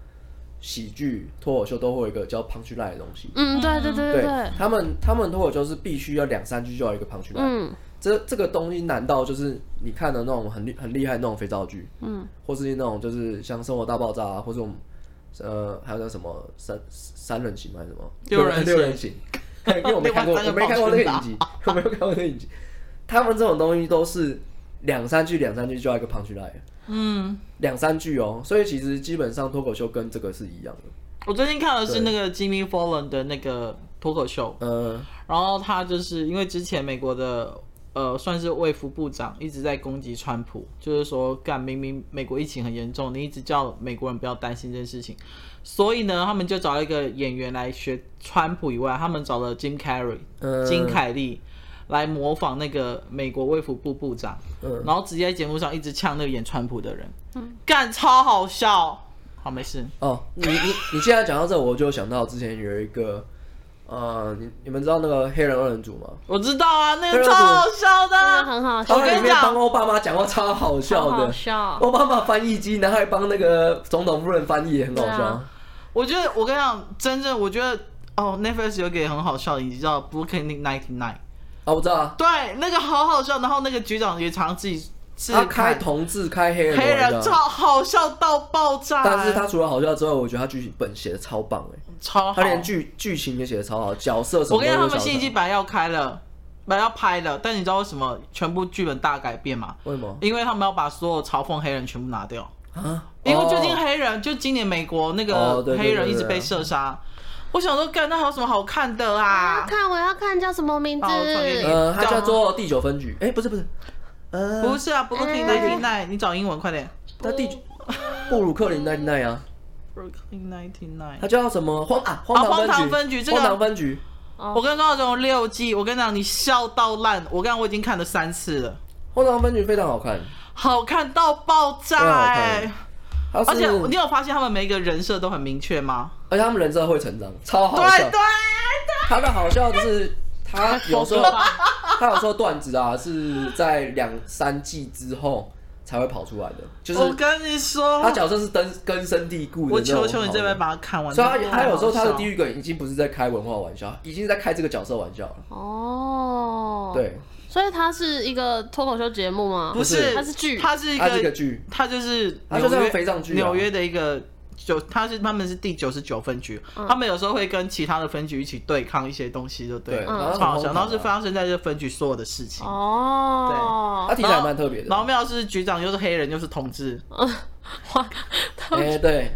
S2: 喜剧、脱口秀，都会有一个叫 punch line 的东西。
S1: 嗯，对对对对对，
S2: 他们，他们脱口秀是必须要两三句就要一个 punch line，、
S1: 嗯
S2: 这这个东西难道就是你看的那种很厉很厉害的那种肥皂剧，
S1: 嗯，
S2: 或是那种就是像《生活大爆炸》啊，或是我们呃还有那什么三三人行吗还是什么
S3: 六人行
S2: 六
S3: *laughs*
S2: 人行？因为我没看过，
S3: 另外三个
S2: 我没看过那个
S3: 保
S2: 影集， *laughs* 我没有看过那个影集。他们这种东西都是两三句，两三句就要一个 punch line，
S3: 嗯，
S2: 两三句哦。所以其实基本上脱口秀跟这个是一样的。
S3: 我最近看的是
S2: 对
S3: 那个 Jimmy Fallon 的那个脱口秀，
S2: 呃，
S3: 然后他就是因为之前美国的呃，算是卫福部长一直在攻击川普，就是说，干明明美国疫情很严重，你一直叫美国人不要担心这件事情，所以呢，他们就找了一个演员来学川普以外，他们找了 Jim Carrey，、
S2: 嗯
S3: 金凯利来模仿那个美国卫福部部长，
S2: 嗯
S3: 然后直接在节目上一直呛那个演川普的人，
S1: 嗯
S3: 干超好笑。好，没事。
S2: 哦，你你你现在讲到这，我就想到之前有一个，呃，你你们知道那个黑人二人组吗？
S3: 我知道啊，那个
S2: 对
S3: 超
S2: 啊
S3: 好笑
S1: 真的
S3: 的，
S1: 很好笑
S2: 他
S3: 我
S2: 们
S3: 跟
S2: 里
S3: 你
S2: 面
S3: 讲
S2: 帮奥巴马讲话超好笑
S1: 好好
S2: 的，
S1: 笑，
S2: 奥巴马翻译机，然后还帮那个总统夫人翻译，也很好
S1: 对
S2: 笑
S1: 啊。
S3: 我觉得我跟你讲，真正我觉得哦，Netflix 有一个也很好笑的，你知道 Brooklyn Ninety Nine，
S2: 啊，我知道啊，
S3: 对，那个好好笑。然后那个局长也常常自己自
S2: 他
S3: 己
S2: 开
S3: 看
S2: 同志开黑人的
S3: 黑人
S2: 玩
S3: 超
S2: 笑，
S3: 好笑到爆炸，
S2: 但是他除了好笑之外，我觉得他剧本写的超棒哎，
S3: 超哦好
S2: 他。连剧剧情也写的超好，角色什么
S3: 我
S2: 都
S3: 跟
S2: 有
S3: 你
S2: 想
S3: 讲，
S2: 到。
S3: 他们新一季本来要开了，本来要拍了，但你知道为什么全部剧本大改变吗？
S2: 为什么
S3: 因为他们要把所有嘲讽黑人全部拿掉。
S2: 啊？
S3: 因为最
S2: 哦
S3: 近黑人，就今年美国那
S2: 哦
S3: 个
S2: 对对
S3: 黑人
S2: 对
S3: 一直
S2: 对
S3: 被射杀，我想说，干那还有什么好看的
S1: 我要
S3: 啊？
S1: 看我要看叫什么名字？
S3: 哦我重新
S1: 哎、
S2: 呃，他叫做第九分局，哎，不是不是，呃，
S3: 不是啊，不过听
S1: 哎
S3: ninety nine，你找英文快点。
S2: 他第九布鲁克林奈奈啊，
S3: Brooklyn ninety
S2: 他
S3: nine。
S2: 叫什么荒啊
S3: 啊
S2: 荒
S3: 荒
S2: 唐
S3: 唐
S2: 分
S3: 分
S2: 局
S3: 局这个
S2: 荒唐分局，
S3: 我跟高总六季，我跟你讲，你笑到烂。我跟你讲，我已经看了三次了，
S2: 荒唐分局非常好看，
S3: 好看到爆炸
S2: 真的好看
S3: 哎、
S2: 他哦是
S3: 而且你有发现他们每一个人设都很明确吗？
S2: 而且他们人设会成长，超好
S3: 对
S2: 笑
S3: 对。
S2: 他的好笑就是他有时候
S1: 好可怕
S2: 他有时候段子啊是在两三季之后才会跑出来的，就
S3: 我
S2: 是
S3: 哦跟你说
S2: 他，角色是根根深蒂固的。
S3: 我求求你这边。把它看完。
S2: 所以他他有时候他的地
S3: 地狱
S2: 狱梗已经不是在开文化玩笑，已经是在开这个角色玩笑了。
S1: 哦，，
S3: 嗯
S2: 对，
S1: 所以它是一个脱口秀节目吗？
S3: 不
S2: 不是
S3: 是，
S1: 它是剧
S3: 它是一
S2: 他这个
S3: 个，
S2: 剧
S3: 它就是
S2: 它就是
S3: 纽约
S2: 肥皂剧啊
S3: 纽约的一个九，他是他们是第九十九分局，他们有时候会跟其他的分局一起对抗一些东西，就对
S2: 对，
S3: 了。
S2: 然
S3: 超
S2: 后很
S3: 好笑，
S2: 荒唐
S3: 然后是
S2: 啊
S3: 发生在这分局所有的事情。
S1: 哦 *laughs*
S2: 他，题材还蛮特别的。
S3: 然后妙是局长又是黑人又是同志，
S1: 哇，他
S2: 哎、对，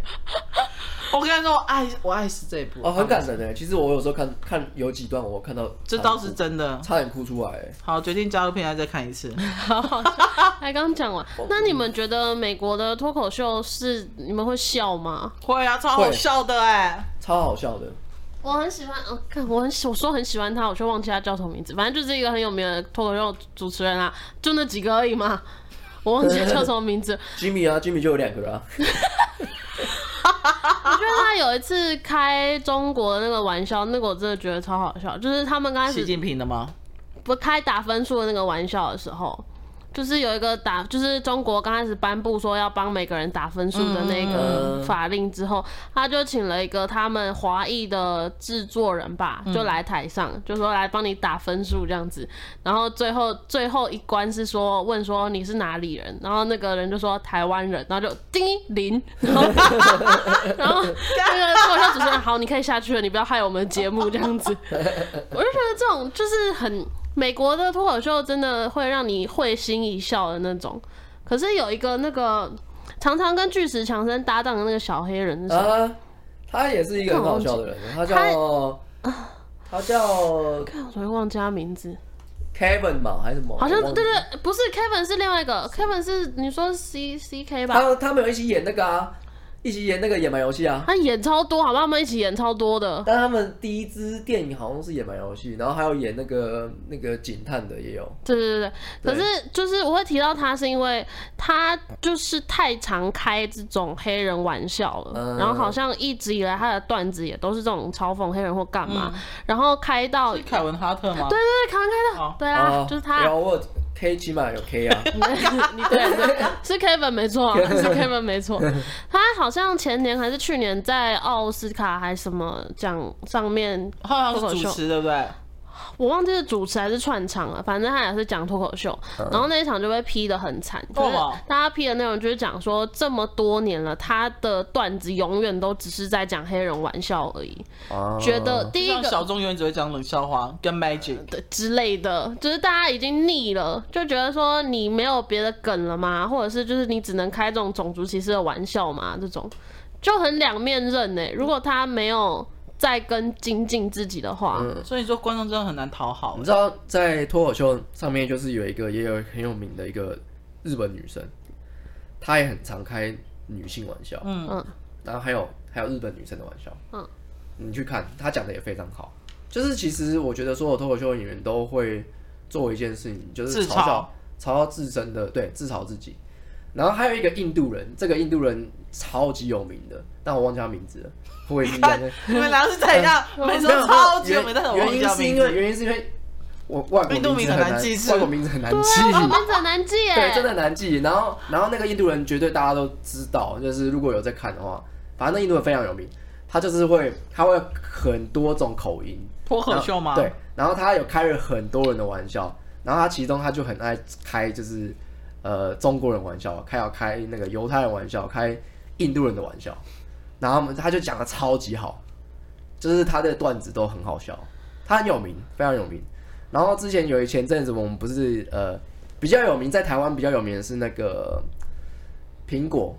S3: 我跟你说，我爱我爱死这一部
S2: 哦，很感人哎。其实我有时候看看有几段，我看到
S3: 这倒是真的。
S2: 差点哭出来欸。
S3: 好，决定加入片来再看一次。 *laughs*
S1: 好好笑，才刚讲完。
S2: 哎
S1: 那你们觉得美国的脱口秀是你们会笑吗？
S3: 会啊，超好笑的哎！
S2: 超好笑的。
S1: 我很喜欢，哦，看我很喜，我说很喜欢他，我却忘记他叫什么名字。反正就是一个很有名的脱口秀主持人啊，就那几个而已嘛。我忘记他叫什么名字。
S2: Jimmy 啊，Jimmy 就有两个啊。
S1: 我觉得他有一次开中国的那个玩笑，那个我真的觉得超好笑。就是他们刚开
S3: 习
S1: 始
S3: 近平的吗？
S1: 不开打分数的那个玩笑的时候，就是有一个打，就是中国刚开始颁布说要帮每个人打分数的那
S2: 嗯嗯
S1: 个
S2: 嗯
S1: 法令之后，他就请了一个他们华裔的制作人吧，就来台上，就说来帮你打分数这样子。然后最后最后一关是说问说你是哪里人，然后那个人就说台湾人，然后就叮零， *laughs* 然后然后那个脱口秀主持人 *laughs* 好，你可以下去了，你不要害我们的节目这样子。 *laughs* 我就觉得这种就是很美国的脱口秀，真的会让你会心一笑的那种。可是有一个那个常常跟巨石强森搭档的那个小黑人是谁？
S2: 啊，他也是一个很好笑的人，啊他叫他叫
S1: 看我怎么会忘记他名字？
S2: Kevin 吧，还是什么？
S1: 好像
S2: 哎我忘
S1: 对
S2: 记了。
S1: 对，不是 Kevin 是另外一个 Kevin 是你说 C C K 吧？
S2: 他他们有一起演那个啊，一起演那个野蛮游戏啊。
S1: 他演超多，好不好？他们一起演超多的。
S2: 但他们第一支电影好像是野蛮游戏，然后还有演那个那个警探的也有。
S1: 对对对对，可是就是我会提到他，是因为他就是太常开这种黑人玩笑了，
S2: 嗯
S1: 然后好像一直以来他的段子也都是这种嘲讽黑人或干嘛，然后开到对
S3: 是凯文哈特吗？
S1: 对对，开开到、
S3: 哦
S1: 对啊，
S2: 哦
S1: 就是
S2: 然
S1: 他，
S2: 后我有 K 起码有 K 啊，
S1: 你对对，是 Kevin 没错啊，是 Kevin 没错，他好像前年还是去年在奥斯卡还什么奖上面
S3: 好像是主持，对不对？
S1: 我忘记是主持还是串场了，反正他也是讲脱口秀，
S2: 嗯
S1: 然后那一场就被批的很惨。可
S3: 干
S1: 是
S3: 嘛
S1: 大家批的内容就是讲说，这么多年了，他的段子永远都只是在讲黑人玩笑而已。
S2: 哦
S1: 觉得第一
S3: 像
S1: 个
S3: 小钟永远只会讲冷笑话跟 magic，
S1: 的之类的，就是大家已经腻了，就觉得说你没有别的梗了吗？或者是就是你只能开这种欸种族歧视的玩笑吗？这种就很两面刃呢、如果他没有。再跟精进自己的话，
S2: 嗯，
S3: 所以说观众真的很难讨好
S2: 你。知道在脱口秀上面就是有一个也有很有名的一个日本女生，她也很常开女性玩笑，
S3: 嗯
S1: 嗯
S2: 然后还有还有日本女生的玩笑，
S1: 嗯，
S2: 你去看她讲的也非常好。就是其实我觉得所有脱口秀演员都会做一件事情，就是
S3: 自
S2: 嘲笑嘲笑自身的，对，自嘲自己。然后还有一个印度人，这个印度人超级有名的，但我忘记他名字了，我也是一样的。
S3: 你们俩是怎
S1: *laughs*
S3: 样？
S1: 嗯
S3: 每次都超级有名，但是我忘
S2: 哦原
S3: 记
S2: 因
S3: 叫
S2: 是
S3: 名
S2: 因
S3: 字
S2: 为。原因是因为我外国
S3: 印度
S2: 名
S3: 名
S2: 字
S3: 很
S2: 很
S3: 难
S2: 难
S3: 记是
S2: 外国名字很难记，
S1: 对啊，我们很难记耶，
S2: 对，真的很难记。然后然后那个印度人绝对大家都知道，就是如果有在看的话，反正那印度人非常有名，他就是会他会很多种口音，
S3: 脱口秀吗？
S2: 对，，然后他有开了很多人的玩笑，然后他其中他就很爱开就是呃中国人玩笑，开要开那个犹太人玩笑，开印度人的玩笑，然后他们他就讲的超级好，就是他的段子都很好笑，他很有名，非常有名。然后之前有一前阵子我们不是呃比较有名，在台湾比较有名的是那个苹果，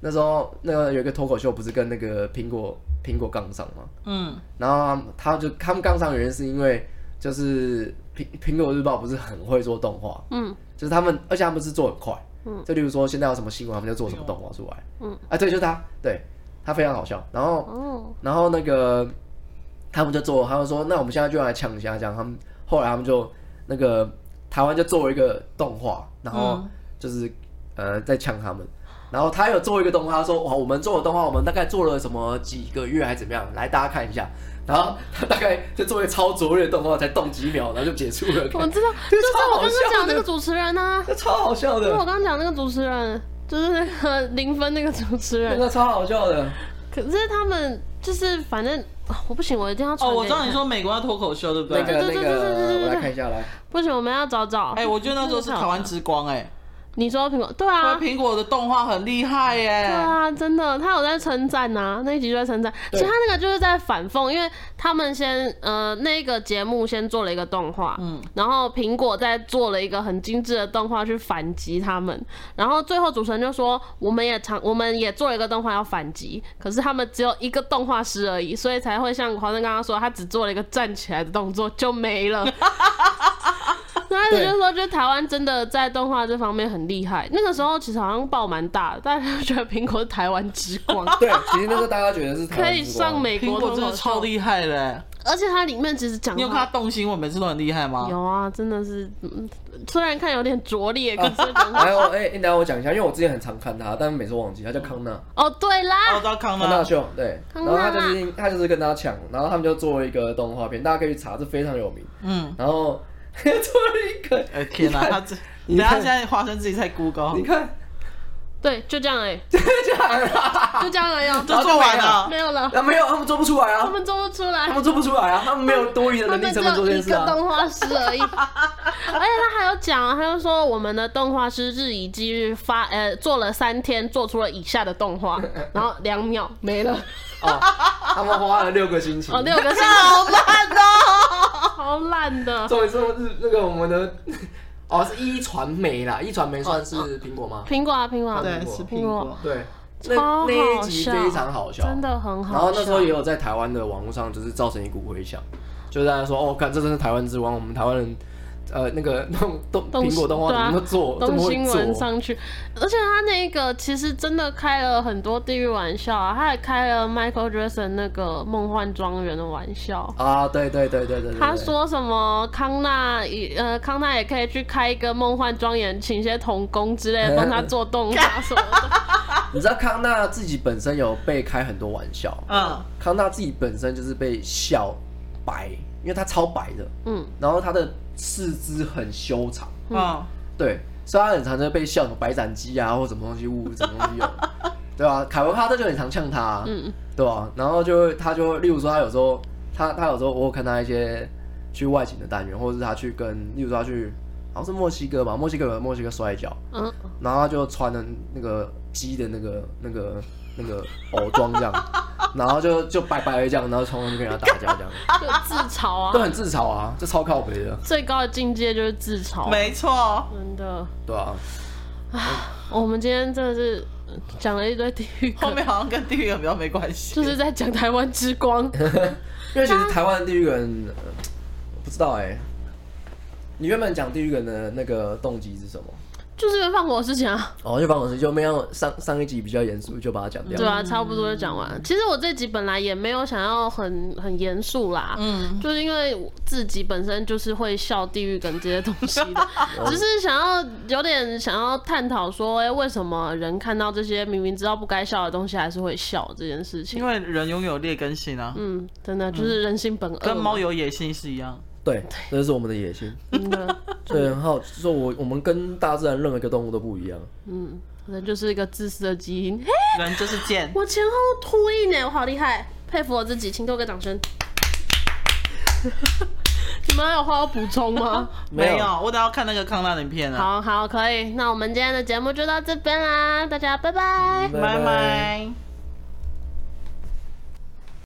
S2: 那时候那个有一个脱口秀不是跟那个苹果苹果杠上吗？
S3: 嗯，
S2: 然后他就他们刚上原因是因为就是苹苹果日报不是很会做动画，
S1: 嗯，
S2: 就是他们而且他们是做很快，
S1: 嗯，
S2: 就例如说现在有什么新闻，他们就做什么动画出来，
S1: 嗯，
S2: 啊对，就是他，对他非常好笑，然后
S1: 哦，
S2: 然后那个他们就做，他们说那我们现在就来抢一下这样，他们后来他们就那个台湾就做一个动画，然后
S3: 嗯
S2: 就是、呃在抢他们。然后他有做一个动画，他说哇，我们做的动画，我们大概做了什么几个月还怎么样？来大家看一下。然后他大概就做一个超拙劣的动画，才动几秒，然后就结束了。
S1: *laughs* 我知道，
S2: 这
S1: 就
S2: 个
S1: 是
S2: *laughs* 超
S1: 我
S2: 好
S1: 刚刚
S2: 笑
S1: 讲
S2: 的
S1: 那个主持人啊，
S2: 那超好笑
S1: 就是我
S2: 的，
S1: 刚刚讲那个主持人，就是那个零分那个主持
S2: 那
S1: 人，
S2: *laughs* 个超好笑的。
S1: 可是他们就是反正啊我不行，我一定要传
S3: 哦，
S1: 给
S3: 我知道
S1: 看
S3: 你说美国要脱口秀，对不
S2: 那
S3: 对？
S2: 个那
S1: 对对对对对对
S2: 个，
S1: 对
S2: 我来看一下来。
S1: 不行，我们要找找。
S3: 哎，我觉得那时候是台湾之光，哎，
S1: 你说苹果对
S3: 因为
S1: 啊，
S3: 苹果的动画很厉害
S1: 对
S3: 耶。
S1: 啊，真的，他有在称赞呐，那一集就在称赞。其
S2: 对
S1: 实他那个就是在反讽，因为他们先呃那个节目先做了一个动画，
S3: 嗯，
S1: 然后苹果再做了一个很精致的动画去反击他们，然后最后主持人就说我们也尝我们也做了一个动画要反击，可是他们只有一个动画师而已，所以才会像华生刚刚说，他只做了一个站起来的动作就没了。 *laughs* 那开始就说，就是台湾真的在动画这方面很厉害。那个时候其实好像爆蛮大的，大家就觉得苹果是台湾之
S3: *laughs*
S1: 光，
S2: 对，其实那时候大家觉得是台
S1: 可
S2: 湾
S1: 以
S2: 之光
S1: 上美
S3: 苹
S1: 国
S3: 果
S1: 脱
S3: 真
S1: 口
S3: 的超
S1: 秀，
S3: 厉害嘞！
S1: 而且它里面其实讲
S3: 你有看他动新闻，每次都很厉害吗？
S1: 有啊，真的是，嗯虽然看有点拙劣，可是真
S3: *laughs*
S1: 的
S2: 来，我哎，等一下我讲一下，因为我之前很常看他，但每次忘记，他叫康纳，
S1: 哦，对
S3: 哦我
S1: 啦
S3: 知，道康
S2: 康纳
S3: 纳，
S2: 秀，对，
S1: 康
S2: 然
S1: 纳
S2: 后他就是他就是跟他抢，然后他们就做了一个动画片，大家可以去查，这非常有名。
S3: 嗯，
S2: 然后 *laughs* 做了一个，
S3: 哎天哪，
S2: 你看
S3: 他这，等
S2: 你看
S3: 下现在华生自己在 Google
S2: 你。看， *laughs*
S1: 对，就这样哎、
S2: 这样啊，
S1: 就这样而已哦，
S3: 就做完了，
S1: 没有了，
S2: 那没有，他们做不出来
S1: 他
S2: 啊，
S1: 们做不出来
S2: 他，们做不出来啊，他们没有多余的
S1: 他
S2: 能力
S1: 们只
S2: 成本做
S1: 有
S2: 这
S1: 一
S2: 件事
S1: 个
S2: 啊。
S1: 动画师而
S2: *laughs*
S1: 已。而且他还有讲啊，他就说我们的动画师日以继日发，呃，做了三天，做出了以下的动
S2: *laughs*
S1: 画，然后两秒没了，
S2: 哦，他们花了六个星期
S1: 哦，，六个星
S3: 好
S1: 期，
S3: 烂
S1: *laughs*
S3: 哦！
S1: 好烂的。
S2: 终于做日那个我们的，哦是一传媒啦，一传媒算
S1: 哦
S2: 是苹果吗？
S1: 苹果啊，苹果啊，
S3: 对，是苹果。
S2: 对，那
S1: 超好
S2: 那一集
S1: 笑
S2: 非常好笑，
S1: 真的很好笑。
S2: 然后那时候也有在台湾的网络上，就是造成一股回响，就是大家说，哦，看这真是台湾之光，我们台湾人，呃，那个弄动
S1: 动
S2: 苹果动画
S1: 对
S2: 怎
S1: 啊
S2: 么都做，怎
S1: 东
S2: 么
S1: 新
S2: 会
S1: 闻
S2: 做？
S1: 上去，而且他那个其实真的开了很多地狱玩笑啊，他还开了 Michael Jackson 那个梦幻庄园的玩笑。
S2: 啊，对对对对对对。
S1: 他说什么康纳也呃康纳也可以去开一个梦幻庄园，请一些童工之类的帮他做动画什么
S3: *laughs*
S1: 的。
S2: 对，你知道康纳自己本身有被开很多玩笑，
S3: 嗯，
S2: 康纳自己本身就是被笑白，因为他超白的，
S1: 嗯，
S2: 然后他的四肢很修长，
S3: 嗯，
S2: 对，所以他很常就被笑什么白斩鸡啊，或什么东西误什么东
S1: *laughs*
S2: 西用，对吧、凯文哈特就很常呛他、啊，
S1: 嗯，
S2: 对吧、然后就会他就会例如说他有时候他他有时候我有看他一些去外景的单元，或者是他去跟例如说他去好像是墨西哥吧，墨西哥有墨西哥摔跤，
S3: *laughs*
S1: 嗯，
S2: 然后他就穿了那个鸡的那个那个那个偶装这样，然后就就白白的这样，然后冲上去跟人家打架这样，
S1: 就自嘲
S2: 都
S1: 啊，
S2: 很自嘲啊，这超靠北的，
S1: 最高的境界就是自嘲，
S3: 没错。
S1: 真的。哦
S2: 对吧、啊？
S1: 我们今天真的是呃讲了一堆地狱
S3: 后
S1: 梗，
S3: 面好像跟地狱梗比较没关系。
S1: 就是在讲台湾之
S3: *laughs*
S1: 光。
S2: 因为其实台湾地狱梗，呃我不知道哎、你原本讲地狱梗的那个动机是什么？
S1: 就是因为放火事情啊，
S2: 哦，就帮我就没有上上一集比较严肃，就把它讲掉。
S1: 对啊，
S3: 嗯
S1: 差不多就讲完了。其实我这集本来也没有想要很很严肃啦，
S3: 嗯，
S1: 就是因为我自己本身就是会笑地狱梗这些东西
S3: *laughs*
S1: 的，只是想要有点想要探讨说，哎、为什么人看到这些明明知道不该笑的东西还是会笑这件事情
S3: 因？为人拥有劣根性啊，
S1: 嗯，真的就是人性本恶嘛，
S3: 跟猫有野心是一样。
S2: 对，这就是我们的野心。
S1: 真的，
S2: 对，很好，就是我我们跟大自然任何一个动物都不一样。
S1: 嗯，人就是一个自私的基因。嘿，
S3: 人就是贱，
S1: 我前后呼应呢，我好厉害，佩服我自己，请给我个掌
S3: *laughs*
S1: 声。你们还有话要补充吗？
S2: 没有
S3: 没有，我等下要看那个康纳的影片啊。
S1: 嗯好好，可以，那我们今天的节目就到这边啦，大家拜拜。
S3: 拜拜。